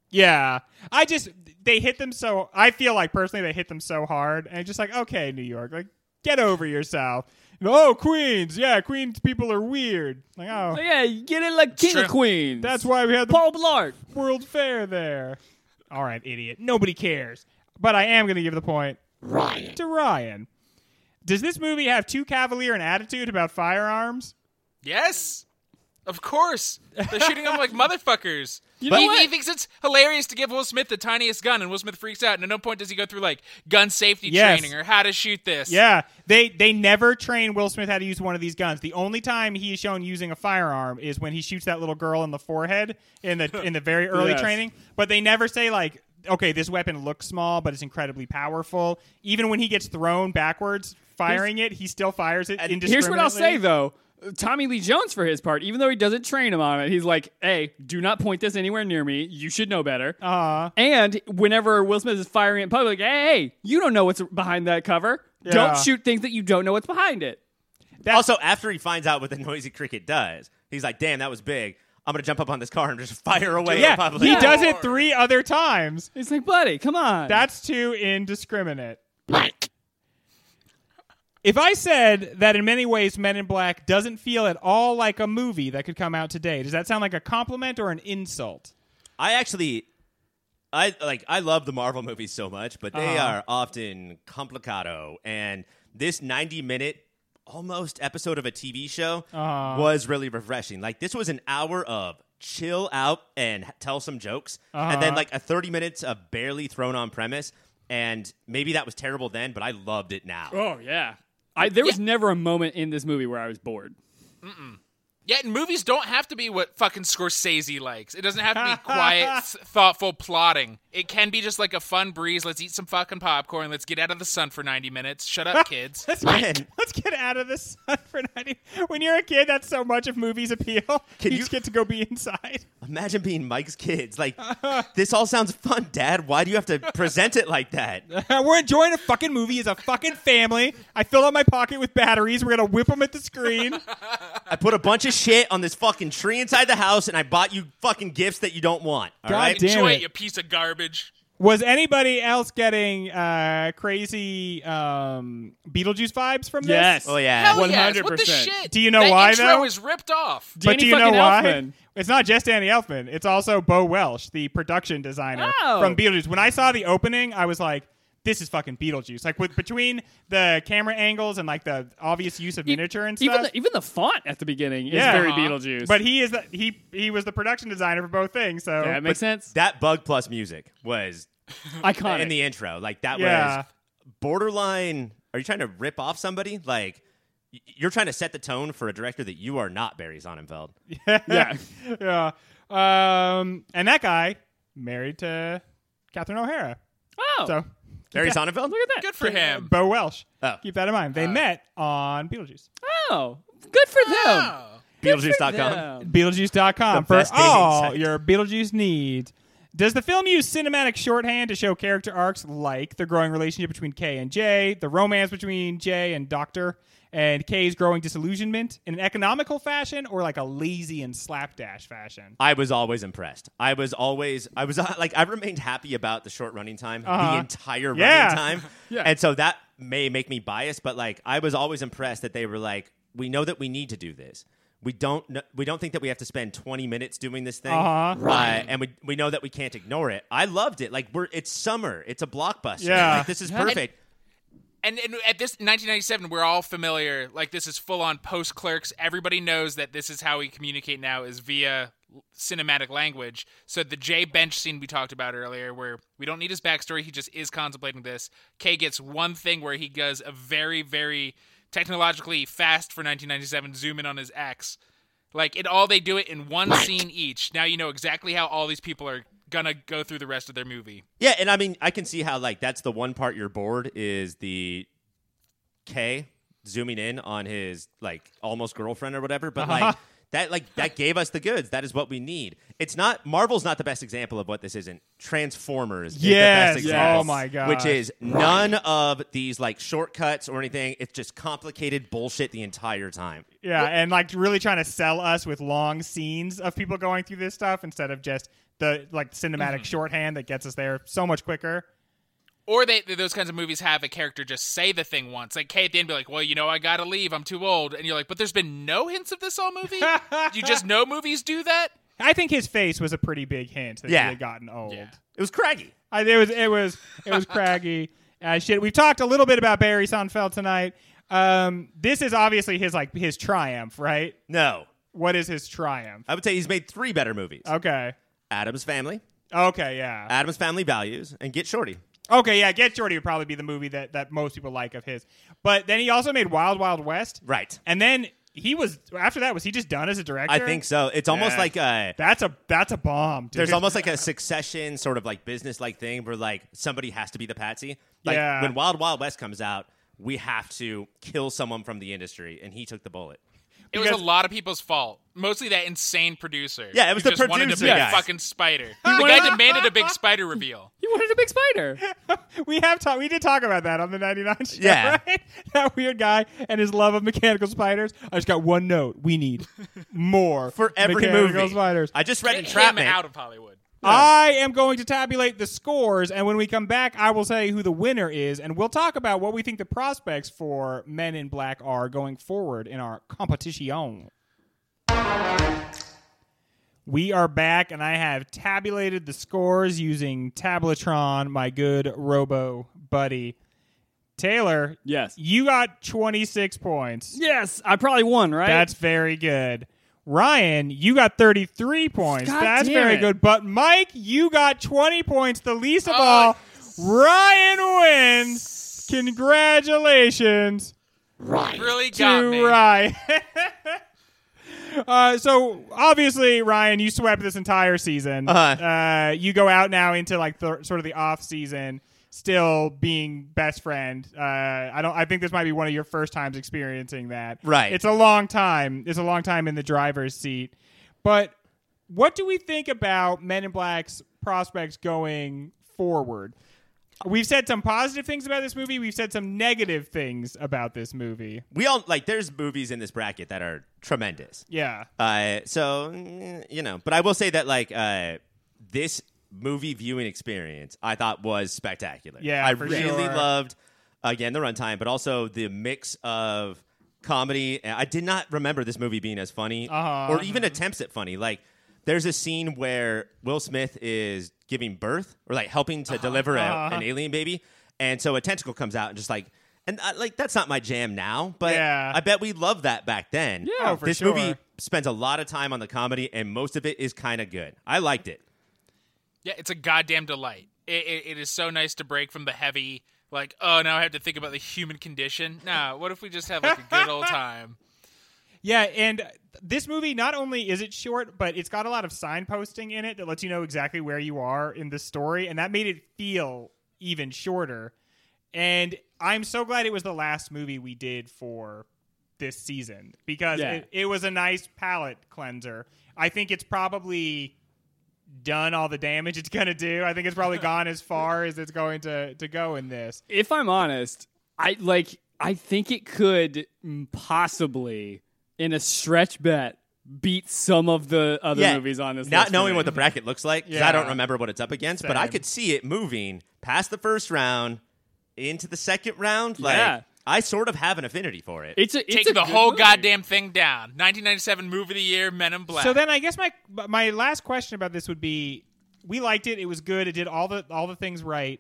Speaker 1: yeah, I just they hit them so. I feel like personally they hit them so hard, and just like okay, New York, like get over yourself. And, oh, Queens, yeah, Queens people are weird. Like oh,
Speaker 4: So yeah, you get it like King
Speaker 3: true.
Speaker 4: of Queens.
Speaker 1: that's why we had the
Speaker 4: Paul Blart.
Speaker 1: World Fair there. All right, idiot. Nobody cares. But I am going to give the point
Speaker 7: Ryan.
Speaker 1: to Ryan. Does this movie have too cavalier an attitude about firearms?
Speaker 3: Yes, of course. They're shooting them like motherfuckers.
Speaker 4: know
Speaker 3: he,
Speaker 4: what?
Speaker 3: he thinks it's hilarious to give Will Smith the tiniest gun, and Will Smith freaks out. And at no point does he go through like gun safety
Speaker 1: Yes.
Speaker 3: training or how to shoot this.
Speaker 1: Yeah, they they never train Will Smith how to use one of these guns. The only time he is shown using a firearm is when he shoots that little girl in the forehead in the in the very early
Speaker 4: Yes.
Speaker 1: training. But they never say like, okay, this weapon looks small, but it's incredibly powerful. Even when he gets thrown backwards firing it, he still fires it indiscriminately.
Speaker 4: Here's what I'll say though. Tommy Lee Jones, for his part, even though he doesn't train him on it, he's like, "Hey, do not point this anywhere near me. You should know better." Uh-huh.
Speaker 1: Uh,
Speaker 4: And whenever Will Smith is firing at public, hey, hey, you don't know what's behind that cover.
Speaker 1: Yeah.
Speaker 4: Don't shoot things that you don't know what's behind it.
Speaker 2: also, after he finds out what the noisy cricket does, he's like, "Damn, that was big. I'm gonna jump up on this car and just fire away."
Speaker 1: yeah,
Speaker 2: at public.
Speaker 1: he does it three other times.
Speaker 4: It's like, buddy, come on.
Speaker 1: That's too indiscriminate.
Speaker 7: Mike.
Speaker 1: If I said that in many ways Men in Black doesn't feel at all like a movie that could come out today, does that sound like a compliment or an insult?
Speaker 2: I actually, I like, I love the Marvel movies so much, but they
Speaker 4: Uh-huh.
Speaker 2: are often complicado. And this 90 minute almost episode of a TV show
Speaker 4: Uh-huh.
Speaker 2: was really refreshing. Like, this was an hour of chill out and h- tell some jokes, and
Speaker 4: Uh-huh.
Speaker 2: then like a 30 minutes of barely thrown on premise. And maybe that was terrible then, but I loved it now.
Speaker 4: oh yeah. I, there was never a moment in this movie where I was bored.
Speaker 3: Yeah, and movies don't have to be what fucking Scorsese likes. It doesn't have to be quiet, s- thoughtful plotting. It can be just like a fun breeze. Let's eat some fucking popcorn. Let's get out of the sun for 90 minutes. Shut up, kids.
Speaker 1: Let's,
Speaker 2: Man.
Speaker 1: let's get out of the sun for 90. When you're a kid, that's so much of movies' appeal. you,
Speaker 2: Can
Speaker 1: just
Speaker 2: you-
Speaker 1: get to go be inside.
Speaker 2: Imagine being Mike's kids. Like, this all sounds fun, Dad. Why do you have to present it like that?
Speaker 1: We're enjoying a fucking movie as a fucking family. I fill up my pocket with batteries. We're going to whip them at the screen.
Speaker 2: I put a bunch of shit on this fucking tree inside the house, and I bought you fucking gifts that you don't want. All
Speaker 1: God
Speaker 2: right,
Speaker 1: damn
Speaker 3: Enjoy
Speaker 1: it.
Speaker 3: you piece of garbage.
Speaker 1: Was anybody else getting uh, crazy um, Beetlejuice vibes from this?
Speaker 4: Yes.
Speaker 2: Oh yeah.
Speaker 3: Hell yes. What the
Speaker 4: 100%.
Speaker 3: shit?
Speaker 1: Do you know
Speaker 3: that
Speaker 1: why,
Speaker 3: intro
Speaker 1: though?
Speaker 3: is ripped off.
Speaker 4: Danny
Speaker 1: but do you know
Speaker 4: fucking
Speaker 1: why?
Speaker 4: Elfman.
Speaker 1: It's not just Danny Elfman. It's also Bo Welsh, the production designer
Speaker 4: Oh.
Speaker 1: from Beetlejuice. When I saw the opening, I was like, "This is fucking Beetlejuice!" Like with between the camera angles and like the obvious use of miniature and
Speaker 4: even
Speaker 1: stuff.
Speaker 4: the, even the font at the beginning is
Speaker 1: Yeah.
Speaker 4: very
Speaker 1: Uh-huh.
Speaker 4: Beetlejuice.
Speaker 1: but he is the, he he was the production designer for both things. So
Speaker 4: that makes sense.
Speaker 2: That bug plus music was
Speaker 4: Iconic.
Speaker 2: in the intro. Like that
Speaker 1: Yeah.
Speaker 2: was borderline. Are you trying to rip off somebody? Like y- you're trying to set the tone for a director that you are not Barry Sonnenfeld.
Speaker 4: yeah.
Speaker 1: yeah, um, and that guy married to Catherine O'Hara.
Speaker 4: Oh,
Speaker 1: So
Speaker 2: Barry Sonnenfeld.
Speaker 4: look at that.
Speaker 3: Good for him.
Speaker 1: Bo Welsh.
Speaker 2: Oh.
Speaker 1: Keep that in mind.
Speaker 4: Uh.
Speaker 1: They met on Beetlejuice.
Speaker 4: Oh, good for
Speaker 2: Ah.
Speaker 4: them.
Speaker 3: Oh.
Speaker 2: Beetlejuice.com.
Speaker 1: Beetlejuice.com
Speaker 2: The
Speaker 1: for
Speaker 2: best dating
Speaker 1: all
Speaker 2: site.
Speaker 1: your Beetlejuice needs. Does the film use cinematic shorthand to show character arcs like the growing relationship between Kay and Jay, the romance between Jay and Doctor, and Kay's growing disillusionment in an economical fashion or like a lazy and slapdash fashion?
Speaker 2: I was always impressed. I was always, I was uh, like, I remained happy about the short running time, the entire
Speaker 1: Uh-huh. Yeah.
Speaker 2: running time.
Speaker 4: Yeah.
Speaker 2: And so that may make me biased, but like, I was always impressed that they were like, we know that we need to do this. We don't, kn- we don't think that we have to spend 20 minutes doing this thing.
Speaker 1: Uh-huh.
Speaker 2: Uh, and we, we know that we can't ignore it. I loved it. Like, we're, it's summer. It's a blockbuster.
Speaker 1: Yeah.
Speaker 2: Like, this is perfect.
Speaker 3: And, and at this 1997, we're all familiar. Like this is full on post clerks. Everybody knows that this is how we communicate now is via cinematic language. So the Jay Bench scene we talked about earlier, where we don't need his backstory, he just is contemplating this. K gets one thing where he does a very very technologically fast for 1997 zoom in on his ex. Like it all they do it in one scene each. Now you know exactly how all these people are gonna go through the rest of their movie.
Speaker 2: Yeah. And I mean, I can see how, like, that's the one part you're bored is the
Speaker 1: Uh-huh.
Speaker 2: K zooming in on his, like, almost girlfriend or whatever. But, like, That like that gave us the goods. That is what we need. It's not Marvel's not the best example of what this isn't. Transformers is
Speaker 1: Yes.
Speaker 2: the best
Speaker 1: Yes.
Speaker 2: example.
Speaker 1: Oh my gosh.
Speaker 2: Which is none of these like shortcuts or anything. It's just complicated bullshit the entire time.
Speaker 1: Yeah, and like really trying to sell us with long scenes of people going through this stuff instead of just the like
Speaker 2: Mm-hmm.
Speaker 1: cinematic shorthand that gets us there so much quicker.
Speaker 3: Or they those kinds of movies have a character just say the thing once, like Kate, then be like, "Well, you know, I gotta leave. I'm too old," and you're like, "But there's been no hints of this all movie. you just know movies do that."
Speaker 1: I think his face was a pretty big hint that
Speaker 2: Yeah.
Speaker 1: he had gotten old.
Speaker 2: It was craggy.
Speaker 1: I, it was it was it was craggy as shit. We've talked a little bit about Barry Sonfeld tonight. Um, this is obviously his like his triumph, right?
Speaker 2: No.
Speaker 1: What is his triumph?
Speaker 2: I would say he's made three better movies.
Speaker 1: Okay,
Speaker 2: Adam's Family,
Speaker 1: okay, yeah,
Speaker 2: Adam's Family Values, and Get Shorty.
Speaker 1: okay, yeah. Get Shorty would probably be the movie that that most people like of his. But then he also made Wild Wild West,
Speaker 2: Right.
Speaker 1: And then he was after that was he just done as a director?
Speaker 2: I think so. It's almost
Speaker 1: Yeah.
Speaker 2: like a
Speaker 1: That's a that's a bomb. Dude.
Speaker 2: there's almost like a succession sort of like business like thing where like somebody has to be the patsy. Like
Speaker 1: Yeah.
Speaker 2: when Wild Wild West comes out, we have to kill someone from the industry, and he took the bullet.
Speaker 3: It was
Speaker 1: Because-
Speaker 3: a lot of people's fault, mostly that insane producer.
Speaker 2: Yeah, it was
Speaker 3: who
Speaker 2: the
Speaker 3: just wanted a
Speaker 2: producer
Speaker 3: big
Speaker 2: guy.
Speaker 3: fucking spider. the
Speaker 4: wanted-
Speaker 3: guy demanded a big spider reveal.
Speaker 4: You wanted a big spider.
Speaker 1: we have talked. We did talk about that on the ninety nine show.
Speaker 2: Yeah.
Speaker 1: right? that weird guy and his love of mechanical spiders. I just got one note. We need more
Speaker 2: For every
Speaker 1: mechanical
Speaker 2: movie,
Speaker 1: spiders.
Speaker 2: I just read
Speaker 3: Get him
Speaker 2: Entrapment.
Speaker 3: out of Hollywood.
Speaker 1: I am going to tabulate the scores, and when we come back, I will say who the winner is, and we'll talk about what we think the prospects for Men in Black are going forward in our competition. We are back, and I have tabulated the scores using Tablatron, my good robo buddy. Taylor,
Speaker 4: Yes.
Speaker 1: you got 26 points.
Speaker 4: Yes, I probably won, right?
Speaker 1: That's very good. Ryan, you got 33 points.
Speaker 4: God
Speaker 1: That's
Speaker 4: damn
Speaker 1: very
Speaker 4: it.
Speaker 1: good. But Mike, you got 20 points, the least of all. Ryan wins. Congratulations
Speaker 7: Right.
Speaker 3: Really got me.
Speaker 1: to Ryan. Uh, so obviously, Ryan, you swept this entire season.
Speaker 2: Uh-huh.
Speaker 1: Uh, you go out now into like the, sort of the off season, still being best friend. Uh, I don't. I think this might be one of your first times experiencing that.
Speaker 2: Right.
Speaker 1: It's a long time. It's a long time in the driver's seat. But what do we think about Men in Black's prospects going forward? We've said some positive things about this movie. We've said some negative things about this movie.
Speaker 2: we all like there's movies in this bracket that are tremendous.
Speaker 1: Yeah.
Speaker 2: Uh, so mm, you know, but I will say that like uh, this movie viewing experience, I thought was spectacular.
Speaker 1: Yeah,
Speaker 2: I
Speaker 1: for
Speaker 2: really
Speaker 1: sure.
Speaker 2: loved again the runtime, but also the mix of comedy. And I did not remember this movie being as funny
Speaker 1: Uh-huh.
Speaker 2: or even attempts at funny. Like there's a scene where Will Smith is giving birth or like helping
Speaker 1: Uh-huh.
Speaker 2: to deliver a, an alien baby, and so a tentacle comes out and just like. And I, like that's not my jam now, but
Speaker 1: Yeah.
Speaker 2: I bet we loved that back then.
Speaker 1: Yeah, Oh, for
Speaker 2: this
Speaker 1: sure.
Speaker 2: movie spends a lot of time on the comedy, and most of it is kind of good. I liked it.
Speaker 3: Yeah, it's a goddamn delight. It, it, it is so nice to break from the heavy, like, oh, now I have to think about the human condition. Nah, what if we just have like a good old time?
Speaker 1: Yeah, and this movie not only is it short, but it's got a lot of signposting in it that lets you know exactly where you are in the story, and that made it feel even shorter. And I'm so glad it was the last movie we did for this season because
Speaker 4: Yeah.
Speaker 1: it, it was a nice palate cleanser. I think it's probably done all the damage it's going to do. I think it's probably gone as far as it's going to, to go in this.
Speaker 4: if I'm honest, I like I think it could mm, possibly in a stretch bet beat some of the other
Speaker 2: Yeah,
Speaker 4: movies on this
Speaker 2: Not
Speaker 4: list
Speaker 2: knowing
Speaker 4: for me.
Speaker 2: what the bracket looks like, 'cause
Speaker 1: Yeah.
Speaker 2: I don't remember what it's up against, but I
Speaker 1: Same.
Speaker 2: could see it moving past the first round into the second round. Like,
Speaker 4: Yeah.
Speaker 2: I sort of have an affinity for it.
Speaker 4: it's a, it's
Speaker 3: Taking
Speaker 4: a
Speaker 3: the
Speaker 4: good
Speaker 3: whole
Speaker 4: movie.
Speaker 3: goddamn thing down. 1997 movie of the year, Men in Black.
Speaker 1: So then, I guess my my last question about this would be: We liked it; it was good; it did all the all the things right.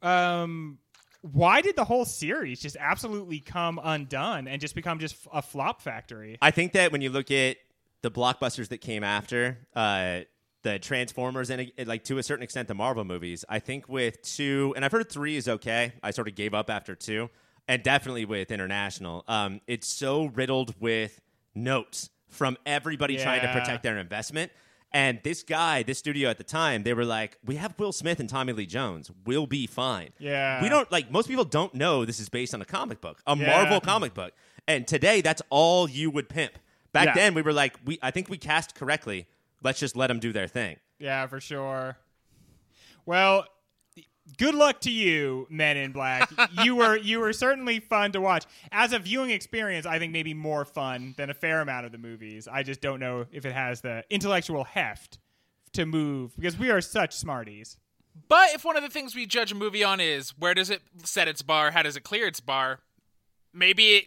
Speaker 1: Um, why did the whole series just absolutely come undone and just become just f- a flop factory?
Speaker 2: I think that when you look at the blockbusters that came after, uh, the Transformers and uh, like to a certain extent the Marvel movies, I think with two, and I've heard three is okay. I sort of gave up after two, and definitely with international, um, it's so riddled with notes from everybody trying to
Speaker 1: Yeah.
Speaker 2: protect their investment. And this guy, this studio at the time, they were like, "We have Will Smith and Tommy Lee Jones. We'll be fine."
Speaker 1: Yeah.
Speaker 2: we don't like most people don't know this is based on a comic book, a
Speaker 1: Yeah.
Speaker 2: Marvel comic book. And today, that's all you would pimp Back
Speaker 4: Yeah.
Speaker 2: then, we were like, we I think we cast correctly. Let's just let them do their thing.
Speaker 1: Yeah, for sure. Well, good luck to you, Men in Black. you were you were certainly fun to watch. As a viewing experience, I think maybe more fun than a fair amount of the movies. I just don't know if it has the intellectual heft to move because we are such smarties.
Speaker 3: But if one of the things we judge a movie on is where does it set its bar, how does it clear its bar, maybe it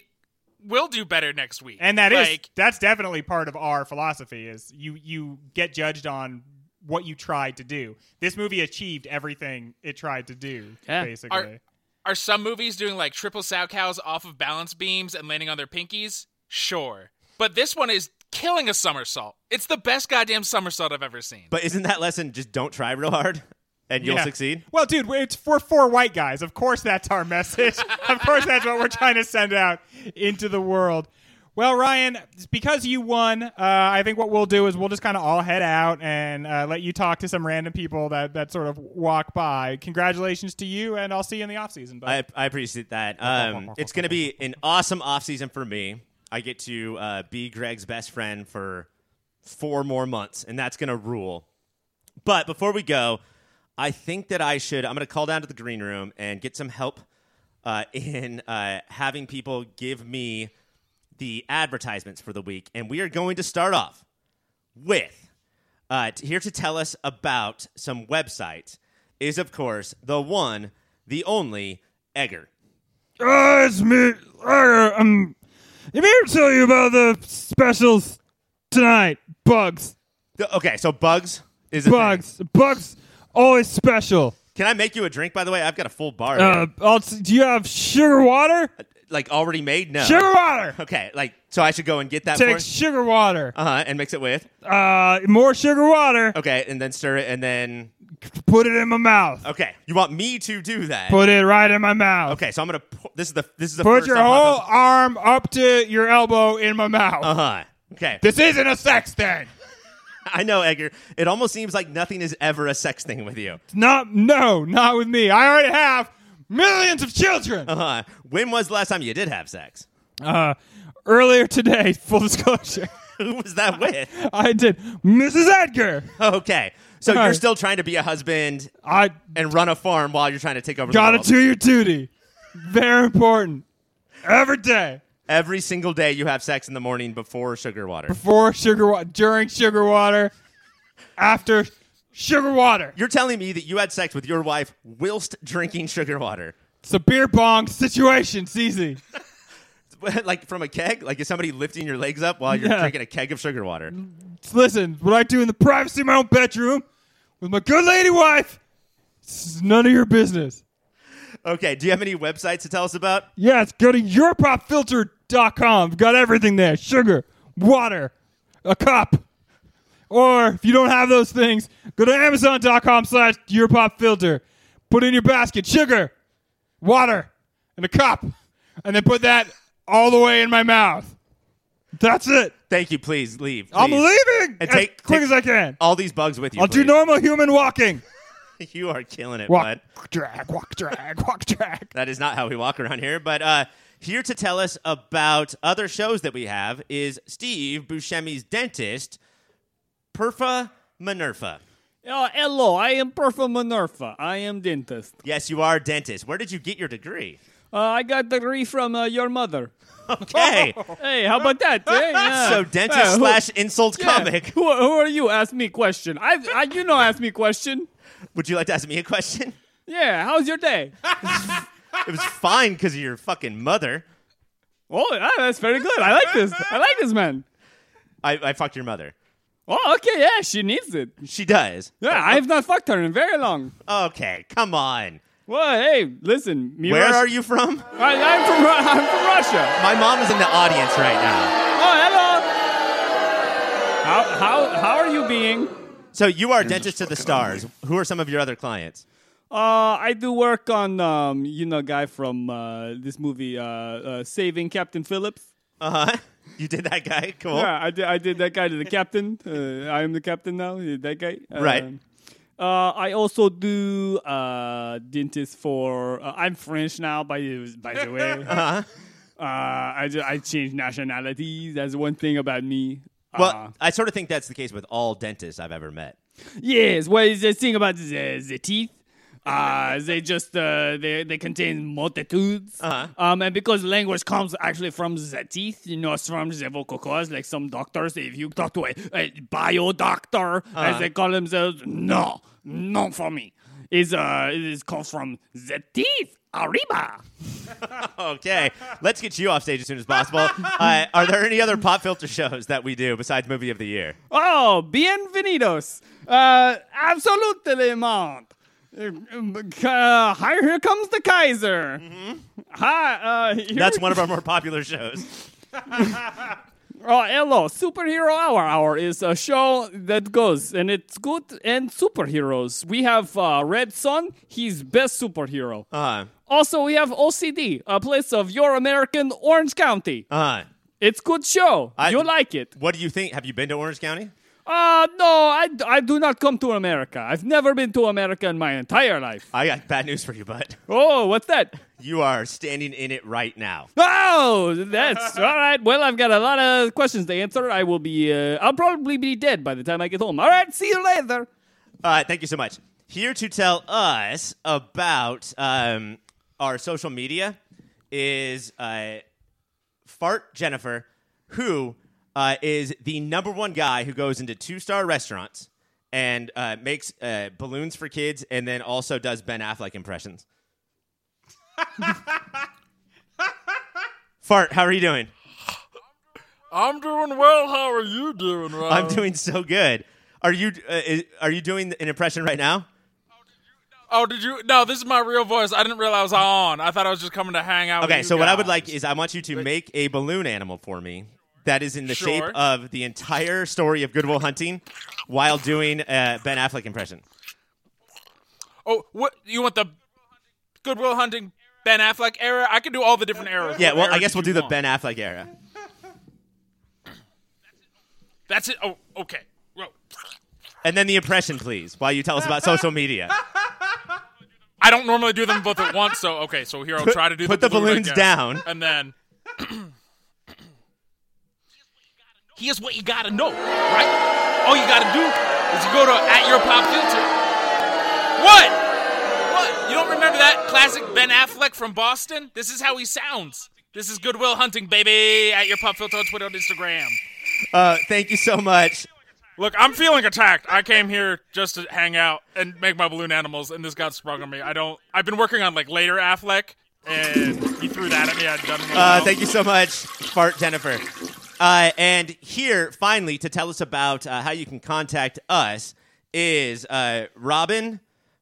Speaker 3: will do better next week.
Speaker 1: And that is
Speaker 3: like,
Speaker 1: that's definitely part of our philosophy is you you get judged on what you tried to do. This movie achieved everything it tried to do,
Speaker 4: Yeah.
Speaker 1: basically.
Speaker 3: Are some movies doing like triple sow cows off of balance beams and landing on their pinkies? Sure. But this one is killing a somersault. It's the best goddamn somersault I've ever seen.
Speaker 2: But isn't that lesson just don't try real hard and you'll
Speaker 1: Yeah.
Speaker 2: succeed?
Speaker 1: Well, dude, we- it's for four white guys. Of course, that's our message. of course, that's what we're trying to send out into the world. Well, Ryan, because you won, uh, I think what we'll do is we'll just kind of all head out and uh, let you talk to some random people that, that sort of walk by. Congratulations to you, and I'll see you in the off season. But
Speaker 2: I, I appreciate that. Um, it's going to be an awesome offseason for me. I get to uh, be Greg's best friend for four more months, and that's going to rule. But before we go, I think that I should. I'm going to call down to the green room and get some help uh, in uh, having people give me the advertisements for the week. And we are going to start off with uh, t- here to tell us about some websites is, of course, the one, the only Egger.
Speaker 8: Uh, it's me. Uh, um, I'm here to tell you about the specials tonight. Bugs,
Speaker 2: The- okay, so Bugs is a thing.
Speaker 8: bugs, bugs. Always special.
Speaker 2: Can I make you a drink? By the way, I've got a full bar,
Speaker 8: Uh,
Speaker 2: here.
Speaker 8: I'll t- do you have sugar water?
Speaker 2: like already made. No,
Speaker 8: Sugar water.
Speaker 2: Okay, like so I should go and get that
Speaker 8: Take sugar water.
Speaker 2: uh huh, and mix it with.
Speaker 8: Uh, more sugar water.
Speaker 2: Okay, and then stir it, and then
Speaker 8: Put it in my mouth.
Speaker 2: okay, you want me to do that?
Speaker 8: Put it right in my mouth.
Speaker 2: okay, so I'm gonna. Pour, this is the this is the
Speaker 8: Put
Speaker 2: first
Speaker 8: your
Speaker 2: time I've-
Speaker 8: whole arm up to your elbow in my mouth.
Speaker 2: Uh-huh. Okay.
Speaker 8: Uh, This isn't a sex thing.
Speaker 2: I know, Edgar. It almost seems like nothing is ever a sex thing with you.
Speaker 8: Not no, not with me. I already have millions of children.
Speaker 2: Uh-huh. When was the last time you did have sex?
Speaker 8: Uh, earlier today, full disclosure,
Speaker 2: Who was that with?
Speaker 8: I did Mrs. Edgar.
Speaker 2: Okay. So
Speaker 8: Hi.
Speaker 2: you're still trying to be a husband
Speaker 8: I
Speaker 2: and run a farm while you're trying to take over the
Speaker 8: gotta
Speaker 2: world.
Speaker 8: do your duty. Very important. Every day.
Speaker 2: Every single day you have sex in the morning before sugar water.
Speaker 8: For sugar water, during sugar water, after sugar water.
Speaker 2: You're telling me that you had sex with your wife whilst drinking sugar water.
Speaker 8: It's a beer pong situation, it's easy.
Speaker 2: like from a keg? Like is somebody lifting your legs up while you're
Speaker 8: Yeah.
Speaker 2: drinking a keg of sugar water?
Speaker 8: Listen, what I do in the privacy of my own bedroom with my good lady wife, this is none of your business.
Speaker 2: Okay, do you have any websites to tell us about?
Speaker 8: Yes, go to yourpopfilter.com. We've got everything there sugar, water, a cup. Or if you don't have those things, go to amazon.com slash yourpopfilter. Put in your basket sugar, water, and a cup. And then put that all the way in my mouth. That's it.
Speaker 2: Thank you, please leave.
Speaker 8: I'm
Speaker 2: please.
Speaker 8: leaving
Speaker 2: And
Speaker 8: as
Speaker 2: take-
Speaker 8: quick
Speaker 2: take-
Speaker 8: as I can.
Speaker 2: All these bugs with you.
Speaker 8: I'll do
Speaker 2: please.
Speaker 8: normal human walking.
Speaker 2: You are killing it,
Speaker 8: Walk,
Speaker 2: bud.
Speaker 8: drag, walk, drag, walk, drag.
Speaker 2: That is not how we walk around here. But uh, here to tell us about other shows that we have is Steve Buscemi's dentist, Perfa Minerva.
Speaker 4: Oh, hello, I am Perfa Minerva. I am dentist.
Speaker 2: Yes, you are a dentist. Where did you get your degree?
Speaker 4: Uh, I got the degree from uh, your mother.
Speaker 2: Okay.
Speaker 4: Hey, how about that? Hey, Oh, yeah.
Speaker 2: so
Speaker 4: Uh,
Speaker 2: dentist
Speaker 4: who-
Speaker 2: slash insult
Speaker 4: yeah.
Speaker 2: comic.
Speaker 4: Who, who are you? Ask me question. I, I you know, ask me question.
Speaker 2: Would you like to ask me a question?
Speaker 4: Yeah, how's your day?
Speaker 2: It was fine because of your fucking mother.
Speaker 4: Oh, yeah, that's very good. I like this. I like this man.
Speaker 2: I, I fucked your mother.
Speaker 4: Oh, okay, yeah, she needs it.
Speaker 2: She does.
Speaker 4: Yeah, I have not fucked her in very long.
Speaker 2: Okay, come on.
Speaker 4: Well, hey, listen, me
Speaker 2: Where
Speaker 4: Russia-
Speaker 2: are you from?
Speaker 4: I, I'm from Ru- I'm from Russia.
Speaker 2: My mom is in the audience right now.
Speaker 4: Oh, hello. How how how are you being?
Speaker 2: So you are dentist to the stars. Who are some of your other clients?
Speaker 4: Uh, I do work on um, you know, guy from uh, this movie, uh, uh, Saving Captain Phillips.
Speaker 2: Uh huh. You did that guy. Cool.
Speaker 4: Yeah, I did. I did that guy to the captain. Uh, I am the captain now. yeah, That guy. Uh,
Speaker 2: Right.
Speaker 4: Uh, I also do uh, dentist for. Uh, I'm French now, by the- by the way. Uh-huh. Uh, I, ju- I changed nationalities. That's one thing about me.
Speaker 2: Well,
Speaker 4: Uh,
Speaker 2: I sort of think that's the case with all dentists I've ever met.
Speaker 4: Yes, what is the thing about the, the teeth? Uh, they just uh, they they contain multitudes,
Speaker 2: Uh-huh.
Speaker 4: um, and because language comes actually from the teeth, you know, it's from the vocal cords. Like some doctors, if you talk to a, a bio doctor, as they call themselves, no, not for me. Is uh, it is comes from the teeth, arriba.
Speaker 2: Okay, let's get you off stage as soon as possible. Uh, are there any other pop filter shows that we do besides Movie of the Year?
Speaker 4: Oh, bienvenidos. Uh, absolutely, Mont. Uh, here comes the Kaiser. Hi. Uh, here
Speaker 2: That's
Speaker 4: we-
Speaker 2: one of our more popular shows.
Speaker 4: Oh, hello. Superhero Hour Hour is a show that goes, and it's good and superheroes. We have uh, Red Son. He's best superhero.
Speaker 2: Uh,
Speaker 4: also, we have OCD, a place of your American Orange County.
Speaker 2: uh,
Speaker 4: It's good show.
Speaker 2: I-
Speaker 4: you like it.
Speaker 2: what do you think? Have you been to Orange County?
Speaker 4: Uh, no, I, I do not come to America. I've never been to America in my entire life.
Speaker 2: I got bad news for you, bud.
Speaker 4: Oh, what's that?
Speaker 2: You are standing in it right now.
Speaker 4: Oh, that's all right. Well, I've got a lot of questions to answer. I will be, uh, I'll probably be dead by the time I get home. All right, see you later.
Speaker 2: Uh, thank you so much. Here to tell us about um, our social media is uh, Fart Jennifer, who uh, is the number one guy who goes into two star restaurants and uh, makes uh, balloons for kids and then also does Ben Affleck impressions. Fart, how are you doing?
Speaker 3: I'm doing well. How are you doing, Rob?
Speaker 2: I'm doing so good. Are you uh, is, are you doing an impression right now?
Speaker 3: Oh, did you? No, this is my real voice. I didn't realize I was on. I thought I was just coming to hang out. with
Speaker 2: Okay,
Speaker 3: you
Speaker 2: so what I would
Speaker 3: guys.
Speaker 2: like is I want you to make a balloon animal for me that is in the shape
Speaker 3: Sure.
Speaker 2: of the entire story of Goodwill Hunting while doing a Ben Affleck impression.
Speaker 3: Oh, what you want the Goodwill Hunting Ben Affleck era? I can do all the different eras.
Speaker 2: Yeah,
Speaker 3: What
Speaker 2: well, I
Speaker 3: era
Speaker 2: guess
Speaker 3: did
Speaker 2: we'll do
Speaker 3: you
Speaker 2: the
Speaker 3: want?
Speaker 2: Ben Affleck era.
Speaker 3: That's it. Oh, okay. Well,
Speaker 2: And then the impression, please, while you tell us about social media.
Speaker 3: I don't normally do them both at once, so okay. So here I'll try to do.
Speaker 2: put
Speaker 3: the,
Speaker 2: the
Speaker 3: balloon
Speaker 2: balloons
Speaker 3: again.
Speaker 2: down.
Speaker 3: and then. Here's what you gotta know, right? All you gotta do is you go to at your pop filter. What? What? You don't remember that classic Ben Affleck from Boston? This is how he sounds. This is Goodwill Hunting, baby. At your pop filter on Twitter and Instagram.
Speaker 2: Uh, thank you so much.
Speaker 3: Look, I'm feeling attacked. I came here just to hang out and make my balloon animals, and this got sprung on me. I don't. I've been working on like later Affleck, and he threw that at me. I'd done. really
Speaker 2: Uh,
Speaker 3: well.
Speaker 2: thank you so much, Fart Jennifer. Uh, and here, finally, to tell us about uh, how you can contact us is uh, Robin,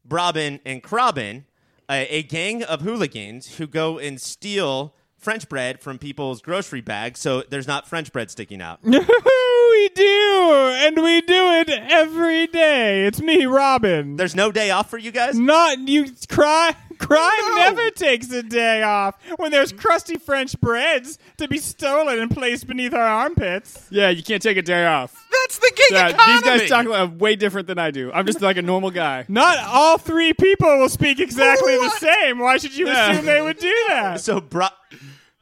Speaker 2: Brobin, and Crobin, uh, a gang of hooligans who go and steal French bread from people's grocery bags so there's not French bread sticking out.
Speaker 1: we do, and we do it every day. It's me, Robin.
Speaker 2: there's no day off for you guys?
Speaker 1: Not you cry. Crime never takes a day off when there's crusty French breads to be stolen and placed beneath our armpits.
Speaker 4: Yeah, you can't take a day off.
Speaker 3: That's the gig
Speaker 4: Yeah, these
Speaker 3: economy.
Speaker 4: guys talk about way different than I do. I'm just like a normal guy.
Speaker 1: Not all three people will speak exactly the same. Why should you
Speaker 4: Yeah.
Speaker 1: assume they would do that?
Speaker 2: So, Bro.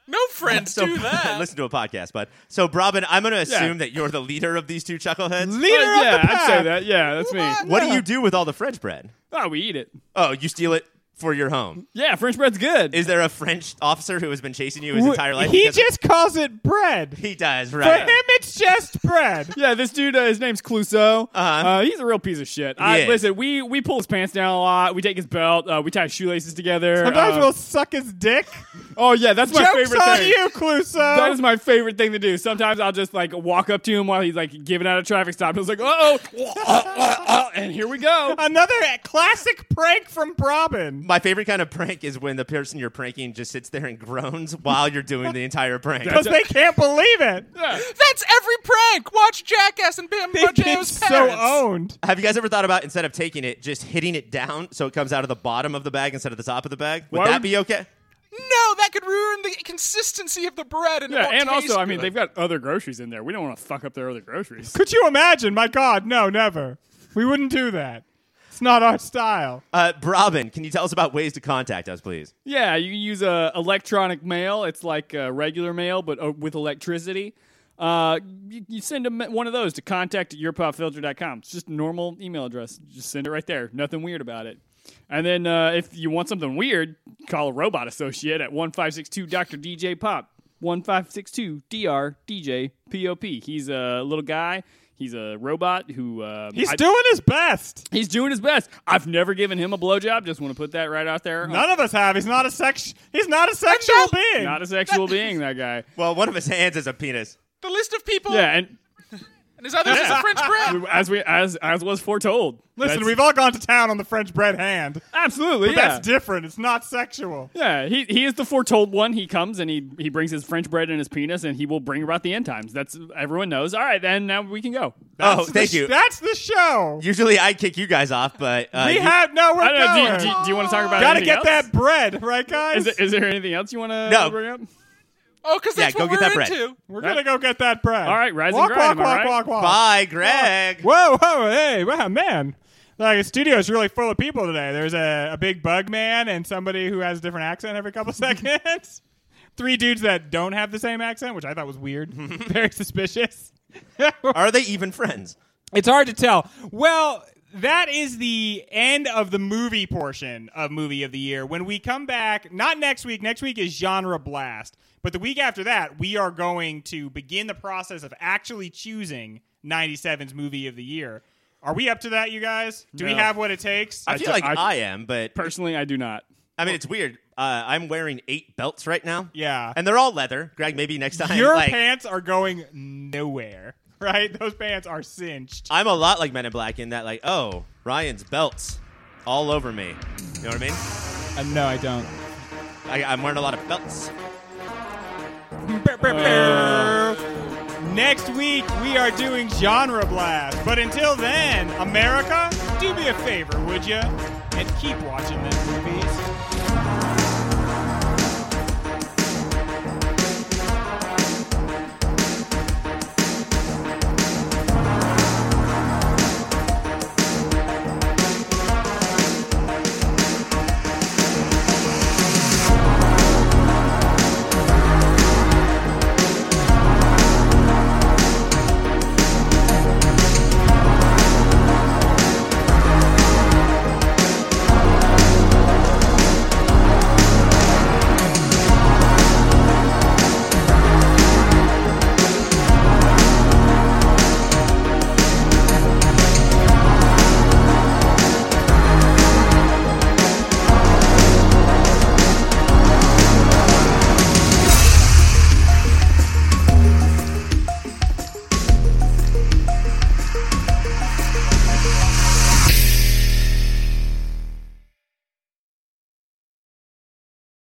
Speaker 3: no friends
Speaker 2: So,
Speaker 3: do that.
Speaker 2: listen to a podcast, bud. So, Brobin, I'm going to
Speaker 4: Yeah.
Speaker 2: assume that you're the leader of these two chuckleheads.
Speaker 1: Leader
Speaker 4: But yeah,
Speaker 1: of the
Speaker 4: I'd
Speaker 1: pack.
Speaker 4: say that. Yeah, that's me.
Speaker 2: What do you do with all the French bread?
Speaker 4: Oh, we eat it.
Speaker 2: Oh, you steal it for your home.
Speaker 4: Yeah, French bread's good.
Speaker 2: Is there a French officer who has been chasing you his
Speaker 1: Wh-
Speaker 2: entire life?
Speaker 1: He
Speaker 2: because-
Speaker 1: just calls it bread.
Speaker 2: he does
Speaker 1: For
Speaker 2: right.
Speaker 1: him, it's just bread.
Speaker 4: yeah, this dude, uh, his name's Clouseau.
Speaker 2: Uh-huh.
Speaker 4: Uh, he's a real piece of shit. I,
Speaker 2: is.
Speaker 4: listen, we we pull his pants down a lot. We take his belt. Uh, we tie his shoelaces together.
Speaker 1: Sometimes
Speaker 4: uh,
Speaker 1: we'll suck his dick.
Speaker 4: oh yeah, that's my
Speaker 1: Joke's
Speaker 4: favorite
Speaker 1: on
Speaker 4: thing.
Speaker 1: you, Cluso.
Speaker 4: That is my favorite thing to do. Sometimes I'll just like walk up to him while he's like giving out a traffic stop. I was like, oh, and here we go.
Speaker 1: Another classic prank from Brobin.
Speaker 2: My favorite kind of prank is when the person you're pranking just sits there and groans while you're doing the entire prank.
Speaker 1: Because they can't believe it.
Speaker 3: That's every prank. Watch Jackass and Bam
Speaker 1: They get
Speaker 3: Margeo's
Speaker 1: so
Speaker 3: parents.
Speaker 1: owned.
Speaker 2: Have you guys ever thought about instead of taking it, just hitting it down so it comes out of the bottom of the bag instead of the top of the bag? Would
Speaker 4: Why
Speaker 2: that
Speaker 4: would-
Speaker 2: be okay?
Speaker 3: No, that could ruin the consistency of the bread. And it
Speaker 4: Yeah,
Speaker 3: won't
Speaker 4: and
Speaker 3: taste
Speaker 4: also, I mean,
Speaker 3: good.
Speaker 4: they've got other groceries in there. We don't want to fuck up their other groceries.
Speaker 1: Could you imagine? My God, no, never. We wouldn't do that. It's not our style.
Speaker 2: Uh, Robin, can you tell us about ways to contact us, please?
Speaker 4: Yeah, you can use uh, electronic mail. It's like uh, regular mail, but uh, with electricity. Uh, you, you send a, me- one of those to contact at yourpopfilter.com. It's just a normal email address. Just send it right there. Nothing weird about it. And then uh, if you want something weird, call a robot associate at 1562 Dr. DJ Pop. 1562 DR DJ POP. He's a little guy. He's a robot who. Uh,
Speaker 1: He's
Speaker 4: I-
Speaker 1: doing his best.
Speaker 4: he's doing his best. I've never given him a blowjob. Just want to put that right out there.
Speaker 1: None of us have. He's not a sex. He's not a sexual being.
Speaker 4: Not a sexual being, that guy.
Speaker 2: Well, one of his hands is a penis.
Speaker 3: The list of people
Speaker 4: Yeah, and
Speaker 3: and his others is a French bread.
Speaker 4: as we as as was foretold.
Speaker 1: Listen,
Speaker 4: That's-
Speaker 1: we've all gone to town on the French bread hand.
Speaker 4: absolutely yeah.
Speaker 1: That's different. It's not sexual.
Speaker 4: yeah, he he is the foretold one. He comes and he he brings his French bread and his penis, and he will bring about the end times. That's everyone knows. All right, then now we can go.
Speaker 2: oh,
Speaker 1: That's the
Speaker 2: thank
Speaker 1: sh-
Speaker 2: you.
Speaker 1: That's the show.
Speaker 2: Usually I kick you guys off, but uh,
Speaker 1: we
Speaker 2: you-
Speaker 1: have no. We're
Speaker 4: I don't
Speaker 1: going.
Speaker 4: know. Do you, do you, do you want to talk about?
Speaker 1: Gotta
Speaker 4: anything
Speaker 1: get
Speaker 4: else?
Speaker 1: that bread, right, guys?
Speaker 4: Is, there- is there anything else you want to
Speaker 2: No.
Speaker 4: bring up?
Speaker 3: Oh, because
Speaker 2: Yeah,
Speaker 3: that's
Speaker 2: go
Speaker 3: what
Speaker 2: get
Speaker 3: we're
Speaker 2: that bread.
Speaker 3: into.
Speaker 1: We're gonna go get that bread.
Speaker 4: All right, rise and
Speaker 1: walk,
Speaker 4: grind, am
Speaker 1: walk,
Speaker 4: I
Speaker 1: walk,
Speaker 4: right?
Speaker 1: walk, walk.
Speaker 2: Bye, Greg.
Speaker 1: Whoa, whoa, hey, wow, man. Like, the studio is really full of people today. There's a, a big bug man and somebody who has a different accent every couple seconds. Three dudes that don't have the same accent, which I thought was weird. Very suspicious.
Speaker 2: Are they even friends?
Speaker 1: It's hard to tell. Well, that is the end of the movie portion of Movie of the Year. When we come back, not next week, next week is Genre Blast. But the week after that, we are going to begin the process of actually choosing 97's Movie of the Year. Are we up to that, you guys? Do we
Speaker 4: No.
Speaker 1: have what it takes?
Speaker 2: I feel like I,
Speaker 4: I-
Speaker 2: am, but
Speaker 4: Personally, I do not.
Speaker 2: I mean, it's weird. Uh, I'm wearing eight belts right now.
Speaker 1: Yeah.
Speaker 2: And they're all leather. Greg, maybe next time.
Speaker 1: Your
Speaker 2: like,
Speaker 1: pants are going nowhere, right? Those pants are cinched.
Speaker 2: I'm a lot like Men in Black in that, like, oh, Ryan's belts all over me. You know what I mean?
Speaker 1: Uh, no, I don't.
Speaker 2: I, I'm wearing a lot of belts.
Speaker 1: Next week, we are doing Genre Blast. But until then, America, do me a favor, would you? And keep watching them movies.